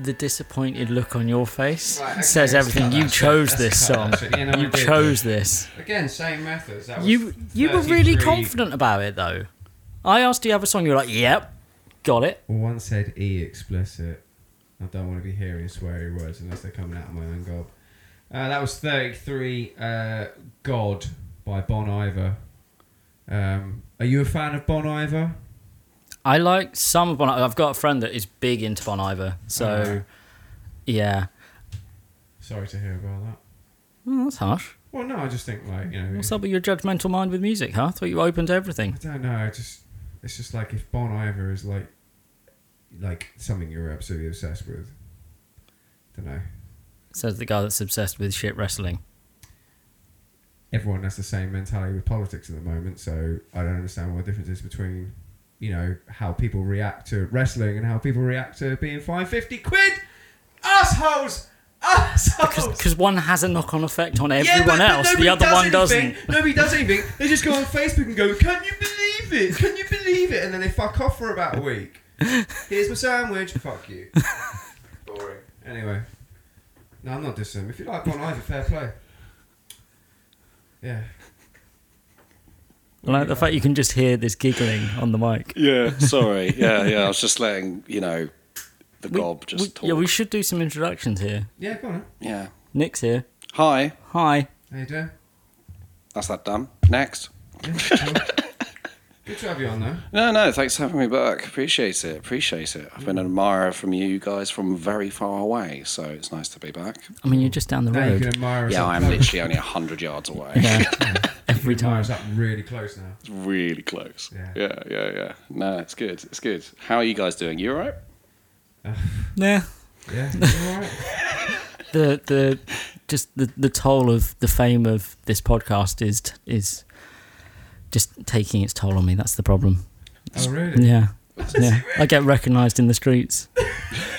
the disappointed look on your face Right, okay, says let's everything. cut You that. chose Let's this cut song. that. Yeah, no, I You did. chose this. Again, same methods. That was You you were really 33. confident about it though. I asked, "Do you have a song?" You're like, "Yep, got it." Well, one said E explicit. I don't want to be hearing sweary words unless they're coming out of my own gob. Uh, that was 33 uh, God by Bon Iver. Um, are you a fan of Bon Iver? I like some of Bon. I've got a friend that is big into Bon Iver, so Uh, yeah. sorry to hear about that. Mm, that's harsh. Well, no, I just think, like, you know. What's up with your judgmental mind with music, huh? I thought you were open to everything. I don't know. I just it's just like if Bon Iver is like like something you're absolutely obsessed with. Don't know. Says the guy that's obsessed with shit wrestling. Everyone has the same mentality with politics at the moment, so I don't understand what the difference is between you know how people react to wrestling and how people react to being fined fifty quid. Assholes. Assholes. Because one has a knock on effect on Oh. Yeah, everyone but- but else, nobody the other does one doesn't. anything. Nobody does anything. They just go on Facebook and go, "Can you believe it? Can you believe it?" And then they fuck off for about a week. Here's my sandwich. Fuck you. Boring. Anyway, no, I'm not dissing. them. If you like Bon Iver, fair play. Yeah. I like the fact you can just hear this giggling on the mic. Yeah, sorry. Yeah, yeah. I was just letting you know the We- gob just we- talk. Yeah, we should do some introductions here. Yeah, go on. Then. yeah. Nick's here. Hi. Hi. How you doing? That's that done. Next. Yeah, cool. Good to have you on, though. No, no. Thanks for having me back. Appreciate it. Appreciate it. I've been an admirer from you guys from very far away, so it's nice to be back. I mean, you're just down the Now you can road. admire us. Yeah, up I am close. literally only hundred yards away. Yeah, every You can admire time. us up really close now. It's really close. Yeah. yeah, yeah, yeah. No, it's good. It's good. How are you guys doing? You all right? Yeah. Yeah. you all right? The the just the, the toll of the fame of this podcast is is just taking its toll on me. That's the problem. Oh, really? Yeah. Yeah. I get recognised in the streets.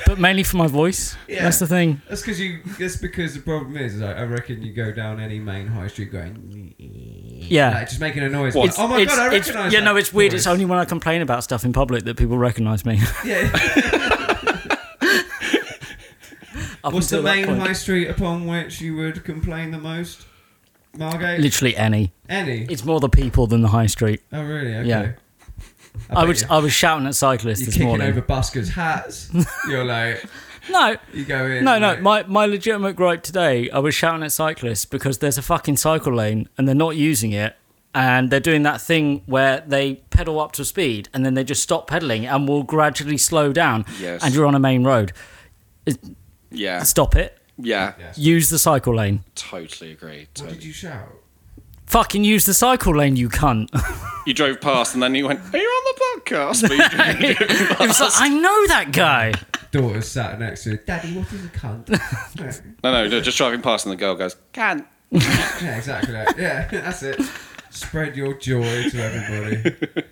But mainly for my voice. Yeah. That's the thing. That's because you. That's because the problem is, is I, I reckon you go down any main high street going. Yeah. like, just making a noise. What? Oh my it's, god, I it's- recognise. Yeah, that no, it's weird. It's voice. only when I complain about stuff in public that people recognise me. Yeah. Up What's the until that main point. high street upon which you would complain the most? Margate. Literally any. any. It's more the people than the high street. oh really? Okay. Yeah. bet I, was you- I was shouting at cyclists You're this kicking morning. over buskers' hats. You're like, No, you go in. no, no. like, My my legitimate gripe today, I was shouting at cyclists because there's a fucking cycle lane and they're not using it, and they're doing that thing where they pedal up to speed and then they just stop pedaling and will gradually slow down. Yes. And you're on a main road. Ah. Yeah, Stop it. yeah. yes. Use the cycle lane. Totally agree. What Totally. did you shout? Fucking use the cycle lane, you cunt. You drove past and then you went, Are you on the podcast? But you didn't do it. It was like, I know that guy. Daughter sat next to her, Daddy. What is a cunt? yeah, no, no, no, just driving past and the girl goes, Can. exactly. That. Yeah, that's it. Spread your joy to everybody.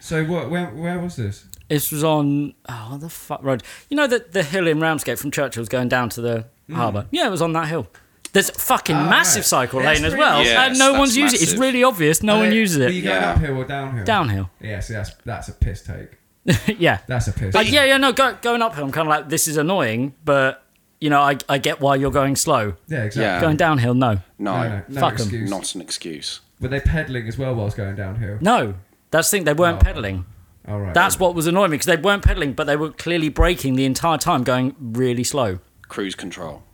So what? Where, where was this? This was on oh what the fuck road. You know that the hill in Ramsgate from Churchill's going down to the harbour. Yeah, it was on that hill. There's a fucking Mm. Ah, massive right. cycle That's lane as pretty- well, Yes, and no that's one's using it. It's massive. really obvious. No one Uh, uses Were it. you going Yeah. uphill or downhill? Downhill. Yeah, see, that's that's a piss take. yeah. That's a piss. Uh, take. yeah, yeah, no, go, going uphill. I'm kind of like, this is annoying, but you know, I, I get why you're going slow. yeah, exactly. Going downhill, no, No, No, no, no Fuck 'em. excuse. not an excuse. Were they pedaling as well whilst going downhill? no. That's the thing. They weren't Oh. pedalling. All right. That's what was annoying me because they weren't pedalling, but they were clearly braking the entire time, going really slow. Cruise control.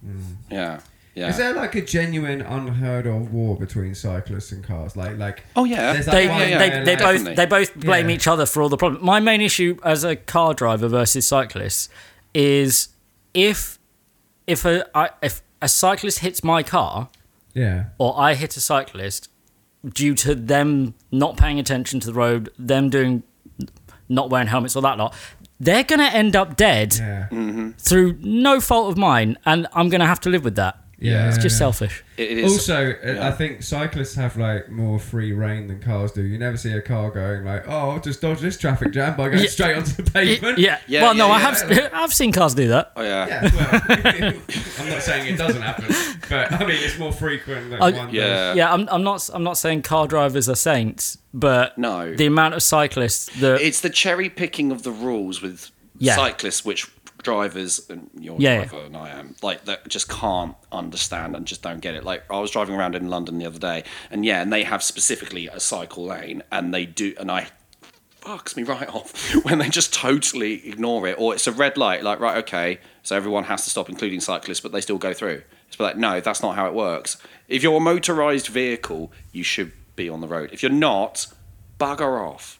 Yeah, yeah. Mm. Is there like a genuine unheard of war between cyclists and cars? Like, like. Oh, yeah. There's that they, one yeah, they, where, they like, both Definitely. they both blame Yeah. each other for all the problems. My main issue as a car driver versus cyclist is if if a I, if a cyclist hits my car Yeah. or I hit a cyclist due to them not paying attention to the road, them doing not wearing helmets or that lot, they're gonna end up dead Yeah. Mm. through no fault of mine, and I'm gonna have to live with that. Yeah, it's just yeah. selfish. It, it is. Also, uh I think cyclists have like more free reign than cars do. You never see a car going like, "Oh, I'll just dodge this traffic jam by going Yeah. straight onto the pavement." yeah. Yeah, Well, no, yeah, I yeah. have I've seen cars do that. oh, yeah. Yeah, well, I'm not saying it doesn't happen, but I mean it's more frequent than I- one. does. Yeah. yeah, I'm, I'm not. I'm not saying car drivers are saints, but No. the amount of cyclists that It's the cherry picking of the rules with Yeah. cyclists, which drivers, and you're a Yeah, yeah. driver and I am, like that just can't understand and just don't get it. Like I was driving around in London the other day, and yeah, and they have specifically a cycle lane, and they do, and I fucks me right off when they just totally ignore it, or it's a red light, like right, okay, so everyone has to stop, including cyclists, but they still go through. It's like no, that's not how it works. If you're a motorized vehicle, you should be on the road. If you're not, bugger off.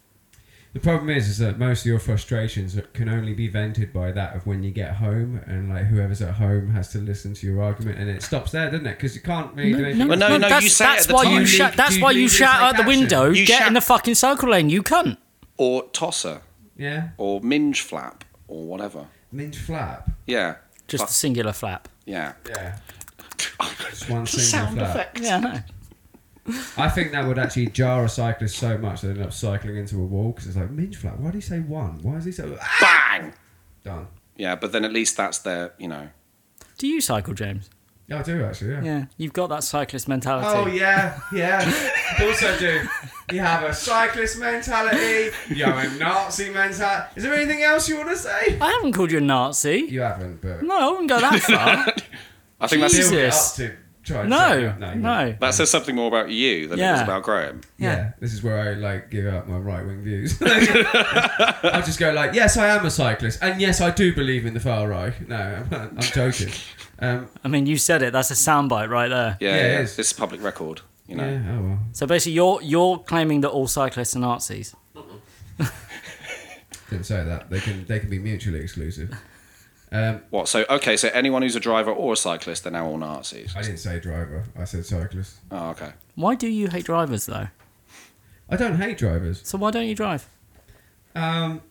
The problem is, is that most of your frustrations can only be vented by that of when you get home, and like whoever's at home has to listen to your argument, and it stops there, doesn't it? Because you can't really do anything. Well, no, no, that's, you say it that's at the why time. you shout. You- That's you why need you to shout take out the action. window. You get shout- in the fucking cycle lane, you cunt. Or tosser, Yeah, or minge flap, or whatever. minge flap. Yeah, Just the singular flap. yeah. Yeah. Just one single Sound flap. effect. Yeah, I know. I think that would actually jar a cyclist so much they end up cycling into a wall because it's like minge flap. Why do you say one? Why is he so ah! Bang. done? Yeah, but then at least that's their, you know. Do you cycle, James? Yeah, I do actually. Yeah. Yeah, you've got that cyclist mentality. Oh yeah, yeah. also do. You have a cyclist mentality. You have a Nazi mentality. Is there anything else you want to say? I haven't called you a Nazi. You haven't, but No, I wouldn't go that far. I think that's, Jeez. build it up Jesus. to try and say no, that. you no. that says something more about you than it does Yeah. about Graham. Yeah. Yeah. this is where I like give out my right wing views. I'll just go like, yes, I am a cyclist, and yes, I do believe in the far right. No, I'm, I'm joking. Um, I mean, you said it. That's a soundbite right there. Yeah, Yeah, it yeah. is. This is public record, you know. yeah, oh well. So basically, you're you're claiming that all cyclists are Nazis. Didn't say that. They can they can be mutually exclusive. Um, What? So okay, so anyone who's a driver or a cyclist, they're now all Nazis. I didn't say driver. I said cyclist. Oh, okay. Why do you hate drivers though? I don't hate drivers. So why don't you drive? Um,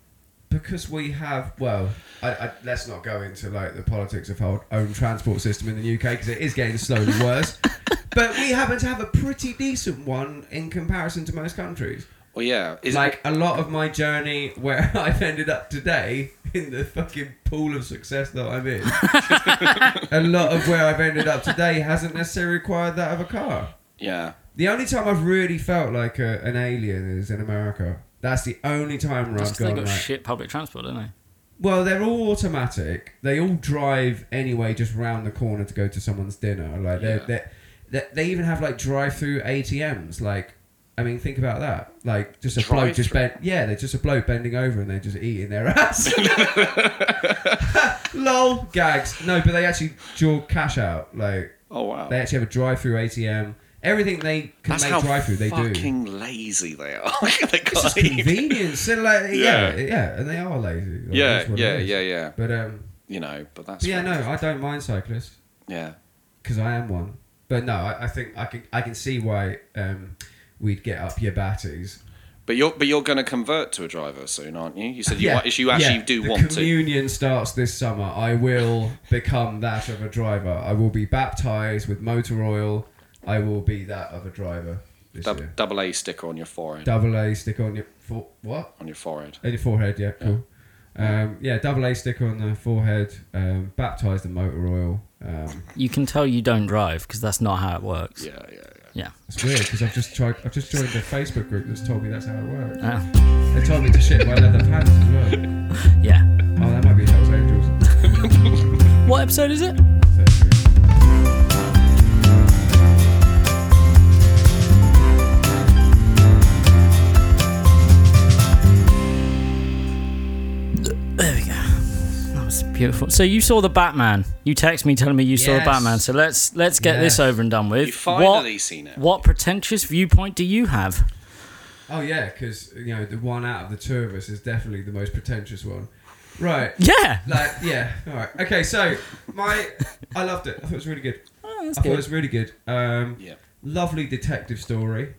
because we have well, I, I, let's not go into like the politics of our own transport system in the UK because it is getting slowly worse. But we happen to have a pretty decent one in comparison to most countries. Well, yeah. Is like a lot of my journey where I've ended up today in the fucking pool of success that I'm in. a lot of where I've ended up today hasn't necessarily required that of a car. yeah. The only time I've really felt like a, an alien is in America. That's the only time where That's 'cause I've they gone got like, shit public transport, don't they? well, they're all automatic. They all drive anyway, just round the corner to go to someone's dinner. Like they, Yeah. they, they, they even have like drive-through ATMs. Like, I mean, think about that. Like, just a bloke just Drive-through? bent. Yeah, they're just a bloke bending over and they're just eating their ass. Lol, gags. No, but they actually draw cash out. Like, Oh wow. they actually have a drive-through ATM. Everything they can That's make how drive-through, they do. fucking lazy they are. they It's can't just even- convenience. So, like, yeah. Yeah. yeah, and they are lazy. Like, Yeah, that's what it yeah, is. yeah, yeah. But um. You know, but that's But yeah, what- no, I don't mind cyclists yeah. because I am one. But no, I, I think I can I can see why um, we'd get up your batteries. But you're but you're going to convert to a driver soon, aren't you? You said you wa- you actually yeah, do the want to. communion starts this summer. I will become that of a driver. I will be baptized with motor oil. I will be that of a driver this Dub- year. double A sticker on your forehead. Double A stick on your for what? on your forehead. On your forehead, yeah, cool. Um, yeah, double A stick on the forehead. Um, baptized in motor oil. Um, You can tell you don't drive because that's not how it works. Yeah, yeah, yeah. Yeah. it's weird because I've just tried. I've just joined a Facebook group that's told me that's how it works. Ah, They told me to shit my leather pants as well. yeah. Oh, that might be Hells Angels. What episode is it? There we go. That was beautiful. So you saw the Batman. You text me telling me you saw the Yes. Batman. So let's let's get this Yes. over and done with. You finally seen it. what, what pretentious viewpoint do you have? Oh yeah, because you know the one out of the two of us is definitely the most pretentious one. Right. Yeah. Like yeah. All right. Okay. So my I loved it. I thought it was really good. Oh, that's I thought it good. was really good. Um, Yeah, lovely detective story.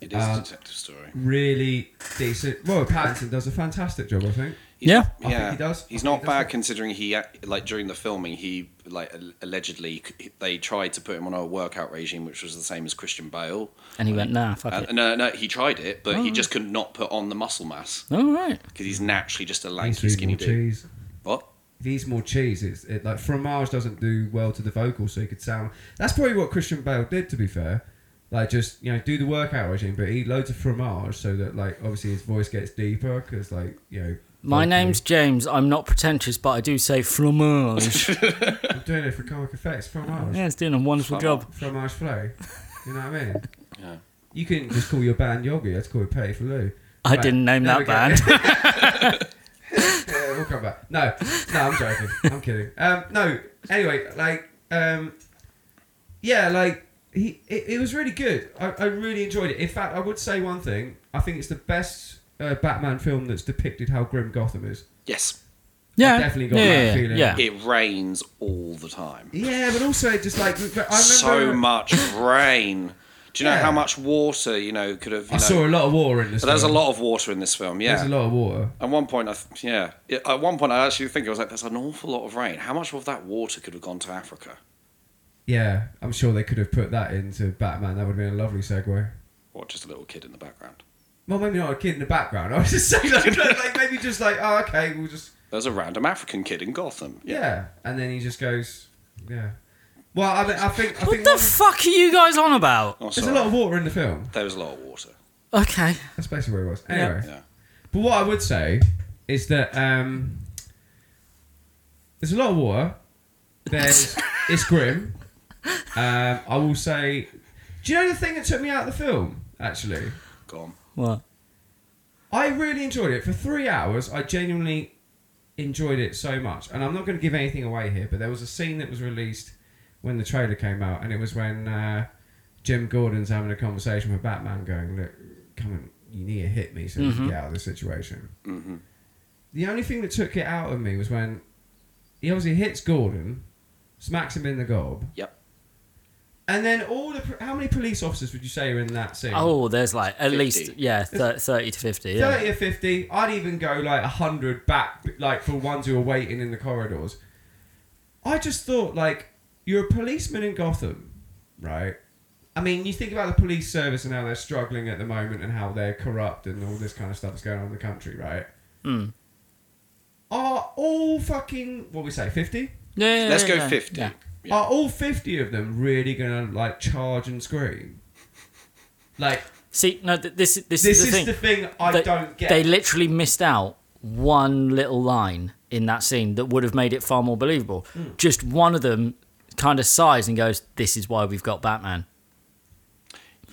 it is Um, a detective story. Really decent. Well, Pattinson does a fantastic job, I think. He's- Yeah. I think he does. I He's think not he does bad it. considering he act- like during the filming he like al- allegedly c- they tried to put him on a workout regime which was the same as Christian Bale. And he went, nah, fuck Uh, it. no, no, he tried it, but Oh. he just could not put on the muscle mass All right. because Mm. he's naturally just a Needs lanky, to eat skinny more dude. cheese. What? If he eats more cheese, it's it, like fromage doesn't do well to the vocals, so he could sound. That's probably what Christian Bale did, to be fair. Like just you know do the workout regime, but eat loads of fromage so that like obviously his voice gets deeper because like you know. My vocally- name's James. I'm not pretentious, but I do say fromage. I'm doing it for comic effects. Fromage. yeah, it's doing a wonderful job. Fromage flow. You know what I mean? Yeah. You couldn't just call your band Yogi. Let's call it Petty for Lou. I Right, didn't name there that band. we go. yeah, we'll come back. No, no, I'm joking. I'm kidding. Um, no, anyway, like, um, yeah, like he, it, it was really good. I, I really enjoyed it. In fact, I would say one thing. I think it's the best uh, Batman film that's depicted how grim Gotham is. Yes, yeah, definitely got yeah, that yeah, feeling. yeah. it rains all the time. Yeah, but also just like I remember. So much rain. Do you know Yeah. how much water you know could have? You I know, saw a lot of water in this. but there's a film. lot of water in this film. Yeah, There's a lot of water. At one point, I th- yeah. It- At one point, I actually think I was like, "There's an awful lot of rain. How much of that water could have gone to Africa?" Yeah, I'm sure they could have put that into Batman. That would have been a lovely segue. Or just a little kid in the background. Well, maybe not a kid in the background. I was just saying, like, like maybe just like, oh, okay, we'll just There's a random African kid in Gotham. yeah. and then he just goes, yeah. Well, I, mean, I think I What think the one- fuck are you guys on about? Oh, there's sorry. a lot of water in the film. There was a lot of water. Okay. That's basically where it was. Anyway, Yeah. but what I would say is that um, there's a lot of water. There's it's grim. Um, I will say, do you know the thing that took me out of the film? Actually, Gone. What? I really enjoyed it. For three hours, I genuinely enjoyed it so much. And I'm not going to give anything away here, but there was a scene that was released when the trailer came out, and it was when uh, Jim Gordon's having a conversation with Batman, going, Look, come on, you need to hit me so we can get out of this situation. hmm The only thing that took it out of me was when he obviously hits Gordon, smacks him in the gob. Yep. And then all the. How many police officers would you say are in that scene? Oh, there's like at 50. least yeah, thir- thirty to fifty. Yeah. 30 or 50 i'd even go like 100 back like for ones who are waiting in the corridors i just thought like you're a policeman in gotham right i mean you think about the police service and how they're struggling at the moment and how they're corrupt and all this kind of stuff that's going on in the country right Mm. are all fucking what we say 50 Yeah, yeah, Let's yeah, go yeah. fifty. Yeah. Yeah. are all 50 of them really gonna like charge and scream like See, no, th- this this, this is the is thing. the thing i They- don't get They literally missed out one little line in that scene that would have made it far more believable. Hmm. Just one of them kind of sighs and goes, "This is why we've got Batman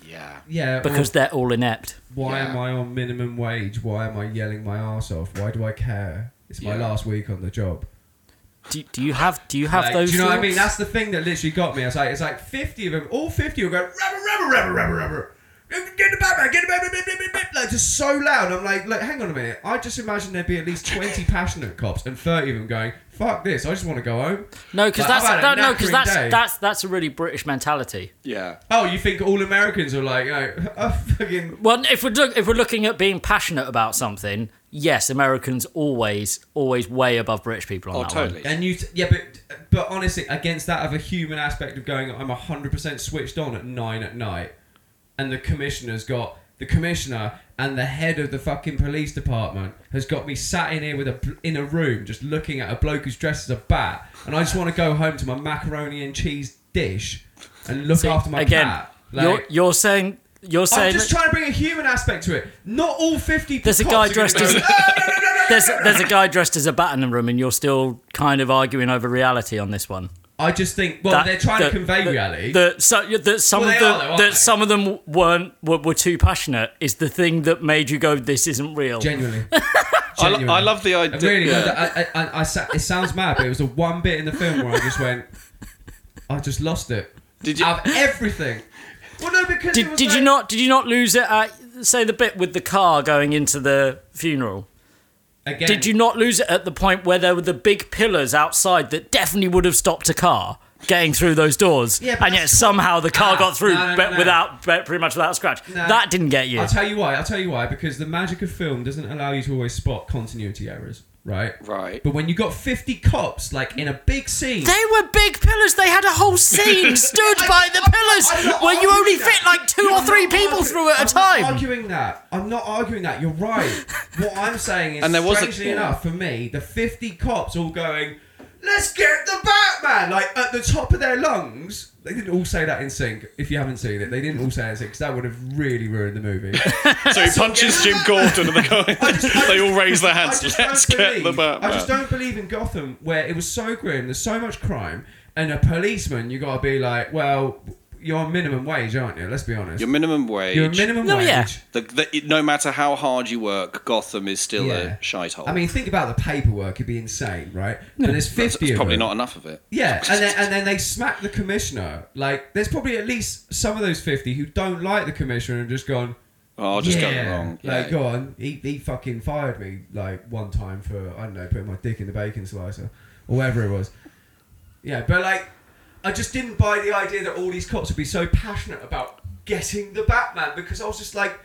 Yeah. yeah well- because they're all inept." Why Yeah. am I on minimum wage? Why am I yelling my ass off? Why do I care? It's my Yeah. last week on the job. Do, do you have do you have Like, those? do you know what I mean? thoughts? That's the thing that literally got me. It's like it's like fifty of them, all fifty were going rubber, rubber, rubber, rubber, rubber. Get the Batman, get the Batman, blah, blah, blah, blah, blah," like just so loud. I'm like, look, hang on a minute. I just imagine there'd be at least twenty passionate cops and thirty of them going, "Fuck this! I just want to go home." no, because Like, I've that's had a that, no, because knackering that's day. that's that's a really British mentality. Yeah. Oh, you think all Americans are like, you know, oh, fucking Well, if we're look, if we're looking at being passionate about something, yes, Americans always always way above British people on Oh, that totally. And you, t- yeah, but but honestly, against that of a human aspect of going, I'm hundred percent switched on at nine at night, and the commissioner's got the commissioner and the head of the fucking police department has got me sat in here with a bl- in a room just looking at a bloke who's dressed as a bat, and I just want to go home to my macaroni and cheese dish and look one. after my Again, cat. you're Like, you're saying you're I'm saying just that- trying to bring a human aspect to it. Not all fifty. There's a cops guy are gonna dressed go, as- "Ah, no, no, no, no, there's there's a guy dressed as a bat in the room, and you're still kind of arguing over reality on this one. I just think, well, That- Oh, they're trying that- to convey that- reality. That, so, that some Well, of they them are though, aren't that they? some of them weren't were, were too passionate is the thing that made you go, "This isn't real." Genuinely. I, Genuinely. lo- I love the I idea. really, yeah. I, I, I, I sa- it sounds mad, but it was the one bit in the film where I just went, I just lost it. Did you- Out of everything. Well, no, because it did was did you like- not did you not lose it at say the bit with the car going into the funeral? Again, Did you not lose it at the point where there were the big pillars outside that definitely would have stopped a car getting through those doors? Yeah, but and yet that's- somehow the car Ah, got through no, no, but no, no. without but pretty much without a scratch. No. That didn't get you. I'll tell you why. I'll tell you why. Because the magic of film doesn't allow you to always spot continuity errors, right? Right. But when you got fifty cops, like in a big scene, They were big pillars. They had a whole scene stood by the I'm not pillars where you arguing only that. fit like 2 You're or three not people argu- through at a I'm Not time. arguing that. I'm not arguing that. You're right. what I'm saying is, And there was a- strangely enough, for me, the 50 cops all going. "Look, let's get the Batman! Like, at the top of their lungs, they didn't all say that in sync. If you haven't seen it, they didn't all say it in sync 'cause that would have really ruined the movie. So he punches Jim Gordon and they, go, they all raise their hands. I just Let's don't get the believe- Batman. I just don't believe in Gotham where it was so grim. There's so much crime, and a policeman, you gotta be like, well, you're on minimum wage, aren't you? Let's be honest. Your minimum wage. You're on minimum No, wage. yeah. The, the, it- no matter how hard you work, Gotham is still Yeah. a shite hole. I mean, think about the paperwork; it'd be insane, right? But there's That's- fifty. that's of probably them. not enough of it. Yeah, and then, and then they smack the commissioner. Like, there's probably at least some of those fifty who don't like the commissioner and just gone. Oh, I'll just yeah. go wrong. Yeah. Like, go on. He, he fucking fired me like one time for I don't know putting my dick in the bacon slicer or whatever it was. Yeah, but like, I just didn't buy the idea that all these cops would be so passionate about getting the Batman because I was just like,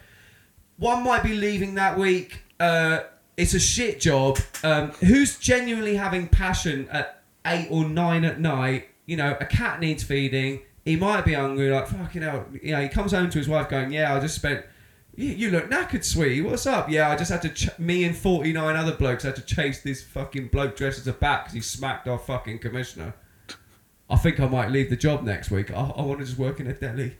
one might be leaving that week. Uh, it's a shit job. Um, who's genuinely having passion at eight or nine at night? You know, a cat needs feeding. He might be hungry. Like fucking hell. You know, he comes home to his wife going, "Yeah, I just spent." You, you look knackered, sweetie. What's up? Yeah, I just had to. Ch- me and forty nine other blokes had to chase this fucking bloke dressed as a bat because he smacked our fucking commissioner. I think I might leave the job next week. I, I want to just work in a deli.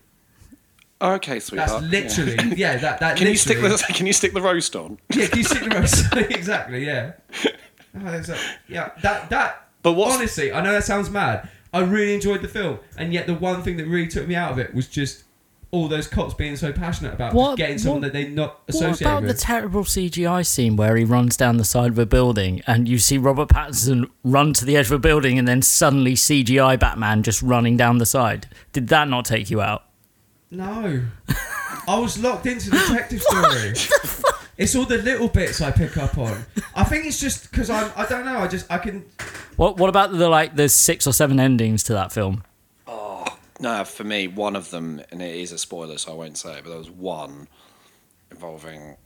Okay, That's sweetheart. Yeah. literally, yeah. that that. Can you stick literally- the Can you stick the roast on? yeah, can you sit in the road? exactly, yeah. Oh, that's a- yeah, that that. But what's- honestly, I know that sounds mad. I really enjoyed the film, and yet the one thing that really took me out of it was just all those cops being so passionate about just What- getting someone what- that they not What associated about the with. terrible CGI scene where he runs down the side of a building and you see Robert Pattinson run to the edge of a building and then suddenly CGI Batman just running down the side? Did that not take you out? no, I was locked into the detective story. It's all the little bits I pick up on. I think it's just because I'm. I don't know. I just I can. What What about the like the six or seven endings to that film? No, for me, one of them, and it is a spoiler, so I won't say it, but there was one involving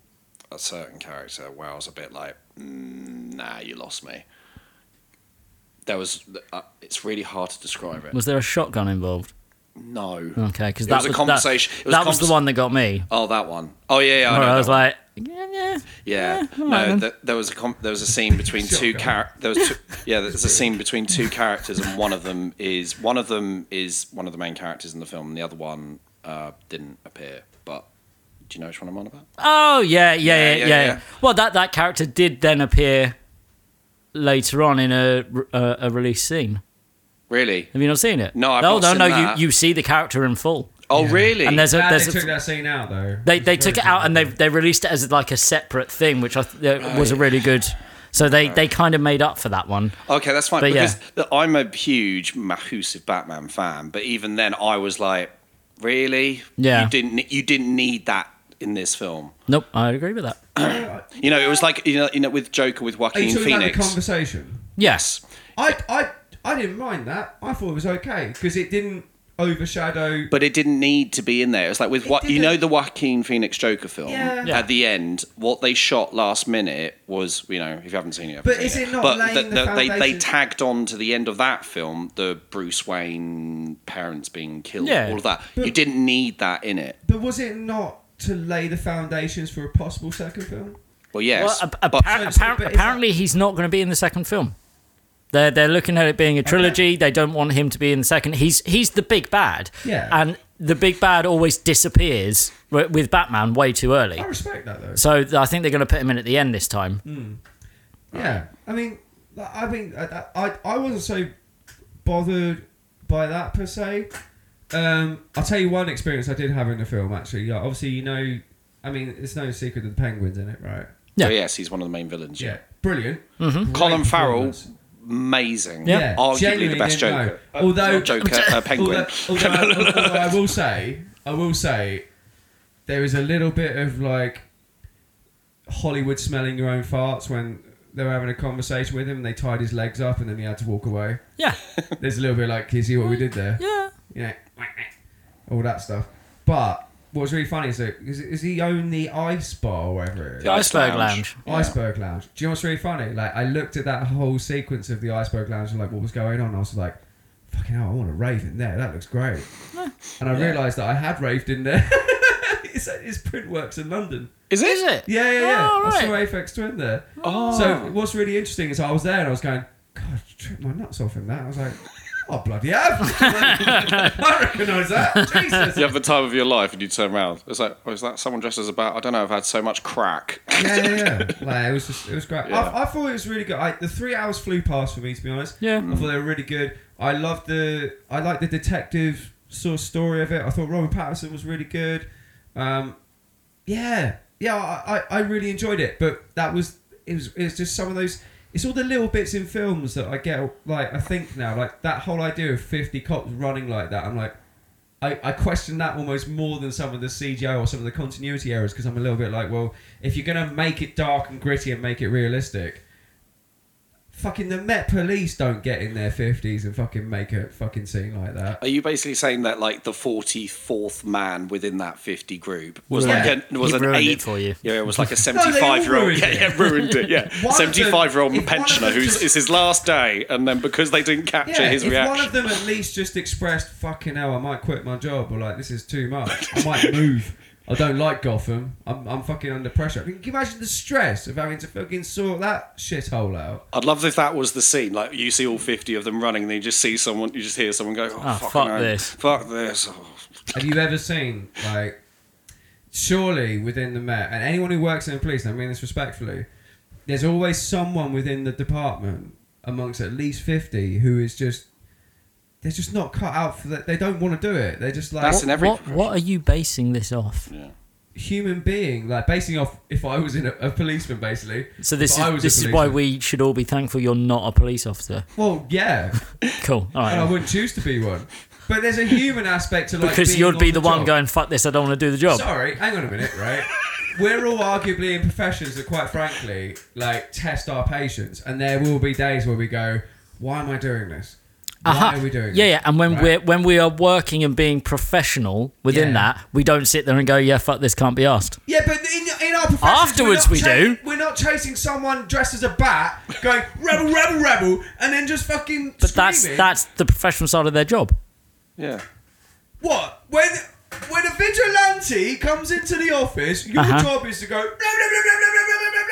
a certain character where I was a bit like, mm, nah, you lost me. There was, uh, it's really hard to describe it. Was there a shotgun involved? No. Okay, because It that was a that- conversation- it was that a was the convers- one that got me. Oh, that one. Oh, yeah, yeah. I, Where know I that was one. like, yeah, yeah, Yeah, yeah, all right no. then. Th- there was a com- there was a scene between two Shotgun. char- There was two- yeah. There's a scene between two characters, and one of them is one of them is one of the main characters in the film, and the other one uh, didn't appear. But do you know which one I'm on about? Oh yeah, yeah, yeah, yeah, yeah. yeah. Well, that that character did then appear later on in a a, a release scene. Really? Have you not seen it? No, I've no, not no, seen no. that. You you see the character in full, Oh, Yeah. really? and there's a Glad they there's took a, that scene out though. they It's they very took it out and they disappointing. they released it as like a separate thing, which I th- that was a really good. So they they kind of made up for that one. Okay, that's fine. But because yeah. th- I'm a huge Mahoosive Batman fan, but even then, I was like, really? Yeah. You didn't. ne- You didn't need that in this film. Nope, I agree with that. You know, it was like you know, you know with Joker with Are you Joaquin talking about Phoenix. the conversation? Yes, I, I, I didn't mind that. I thought it was okay because it didn't overshadow. but it didn't need to be in there. It's like with what you didn't. know the Joaquin Phoenix Joker film Yeah. Yeah. at the end. What they shot last minute was you know if you haven't seen it, you haven't But seen is it not But laying the, the they they foundation- tagged on to the end of that film the Bruce Wayne parents being killed, Yeah. all of that. But- you didn't need that in it. But was it not to lay the foundations for a possible second film? Well, yes, Well, but- appar- So- so- appar- but is apparently, he's not going to be in the second film. They're they're looking at it being a trilogy. They don't want him to be in the second. He's he's the big bad. Yeah. And the big bad always disappears wi- with Batman way too early. I respect that though. So th- I think they're going to put him in at the end this time. Mm. Yeah, I mean, like, I mean, I, I, I wasn't so bothered by that per se. Um, I'll tell you one experience I did have in the film actually. Like, obviously, you know, I mean, it's no secret that the penguins in it, right? Yeah. well, yes, he's one of the main villains. Yeah, Yeah, brilliant. Great Colin Farrell, performance. amazing. Yeah. Yeah, arguably the genuinely best didn't Joker. know. Uh, Although- not Joker, uh, Penguin. Although, although, I, although I will say, I will say, there is a little bit of like Hollywood smelling your own farts when they were having a conversation with him and they tied his legs up and then he had to walk away. Yeah. There's a little bit like, can you see what we did there? Yeah. Yeah. All that stuff. But what's really funny is that is, is he own the ice bar or whatever it is? The Ice Iceberg Lounge. Lounge. Yeah. Iceberg Lounge. Do you know what's really funny? Like, I looked at that whole sequence of the Iceberg Lounge and like what was going on. I was like, fucking hell, I want to rave in there. That looks great. and I Yeah. realised that I had raved in there. it's at his print works in London. Is it? Is it? Yeah, yeah, yeah. Oh, I saw right. Aphex Twin there. Oh. So what's really interesting is I was there and I was going, God, Took my nuts off in that. I was like, oh, bloody hell. I recognise that. Jesus. You have the time of your life and you turn around. It's like, oh, is that someone dressed as a bat? I don't know. I've had so much crack. Yeah, yeah, yeah. Like, it was just, it was great. Yeah. I, I thought it was really good. I, the three hours flew past for me, to be honest. Yeah. I thought they were really good. I loved the, I liked the detective sort of story of it. I thought Robert Patterson was really good. Um, yeah, yeah, I, I, I really enjoyed it. But that was, it was, it was just some of those. It's all the little bits in films that I get. Like I think now, like that whole idea of fifty cops running like that. I'm like, I, I question that almost more than some of the CGI or some of the continuity errors because I'm a little bit like, well, if you're gonna make it dark and gritty and make it realistic, fucking the Met Police don't get in their fifties and fucking make a fucking scene like that. Are you basically saying that like the forty fourth man within that fifty group was Yeah. like an was He an ruined it eight for you. Yeah, it was like a No, seventy they all five year old. ruined Yeah, it. yeah, ruined it. One of Yeah, them- seventy five year old if one of them pensioner who's just- it's his last day, and then because they didn't capture Yeah, his if reaction, one of them at least just expressed fucking hell, I might quit my job or like this is too much. I might move. I don't like Gotham. I'm, I'm fucking under pressure. I mean, can you imagine the stress of having to fucking sort that shithole out? I'd love if that was the scene. Like you see all fifty of them running, and then you just see someone, you just hear someone go, "Oh, Ah, fucking fuck hell. this. fuck this." Oh. Have you ever seen like surely within the Met and anyone who works in the police, and I mean this respectfully, there's always someone within the department amongst at least fifty who is just they're just not cut out for that. They don't want to do it. They're just like That's in every what, what are you basing this off? Yeah. human being, like basing off if I was in a, a policeman, basically. So this If I is was a this is why policeman. we should all be thankful you're not a police officer. Well, yeah, Cool. All and I right. wouldn't choose to be one. But there's a human aspect to like Because being you'd on be the one job. going, fuck this, I don't want to do the job. Sorry, hang on a minute, right? We're all arguably in professions that, quite frankly, like test our patience, and there will be days where we go, "Why am I doing this? Why Aha. are we doing?" yeah, this?" yeah. And when Right? we're when we are working and being professional within Yeah. that, we don't sit there and go, yeah, fuck this, can't be asked. Yeah, but in, in our profession, Afterwards we do. We're not chasing someone dressed as a bat, going rebel, rebel, rebel, and then just fucking. But that's screaming. that's the professional side of their job. yeah. What? When when a vigilante comes into the office, your Uh-huh. job is to go "Blah, blah, blah, blah, blah, blah, blah, blah,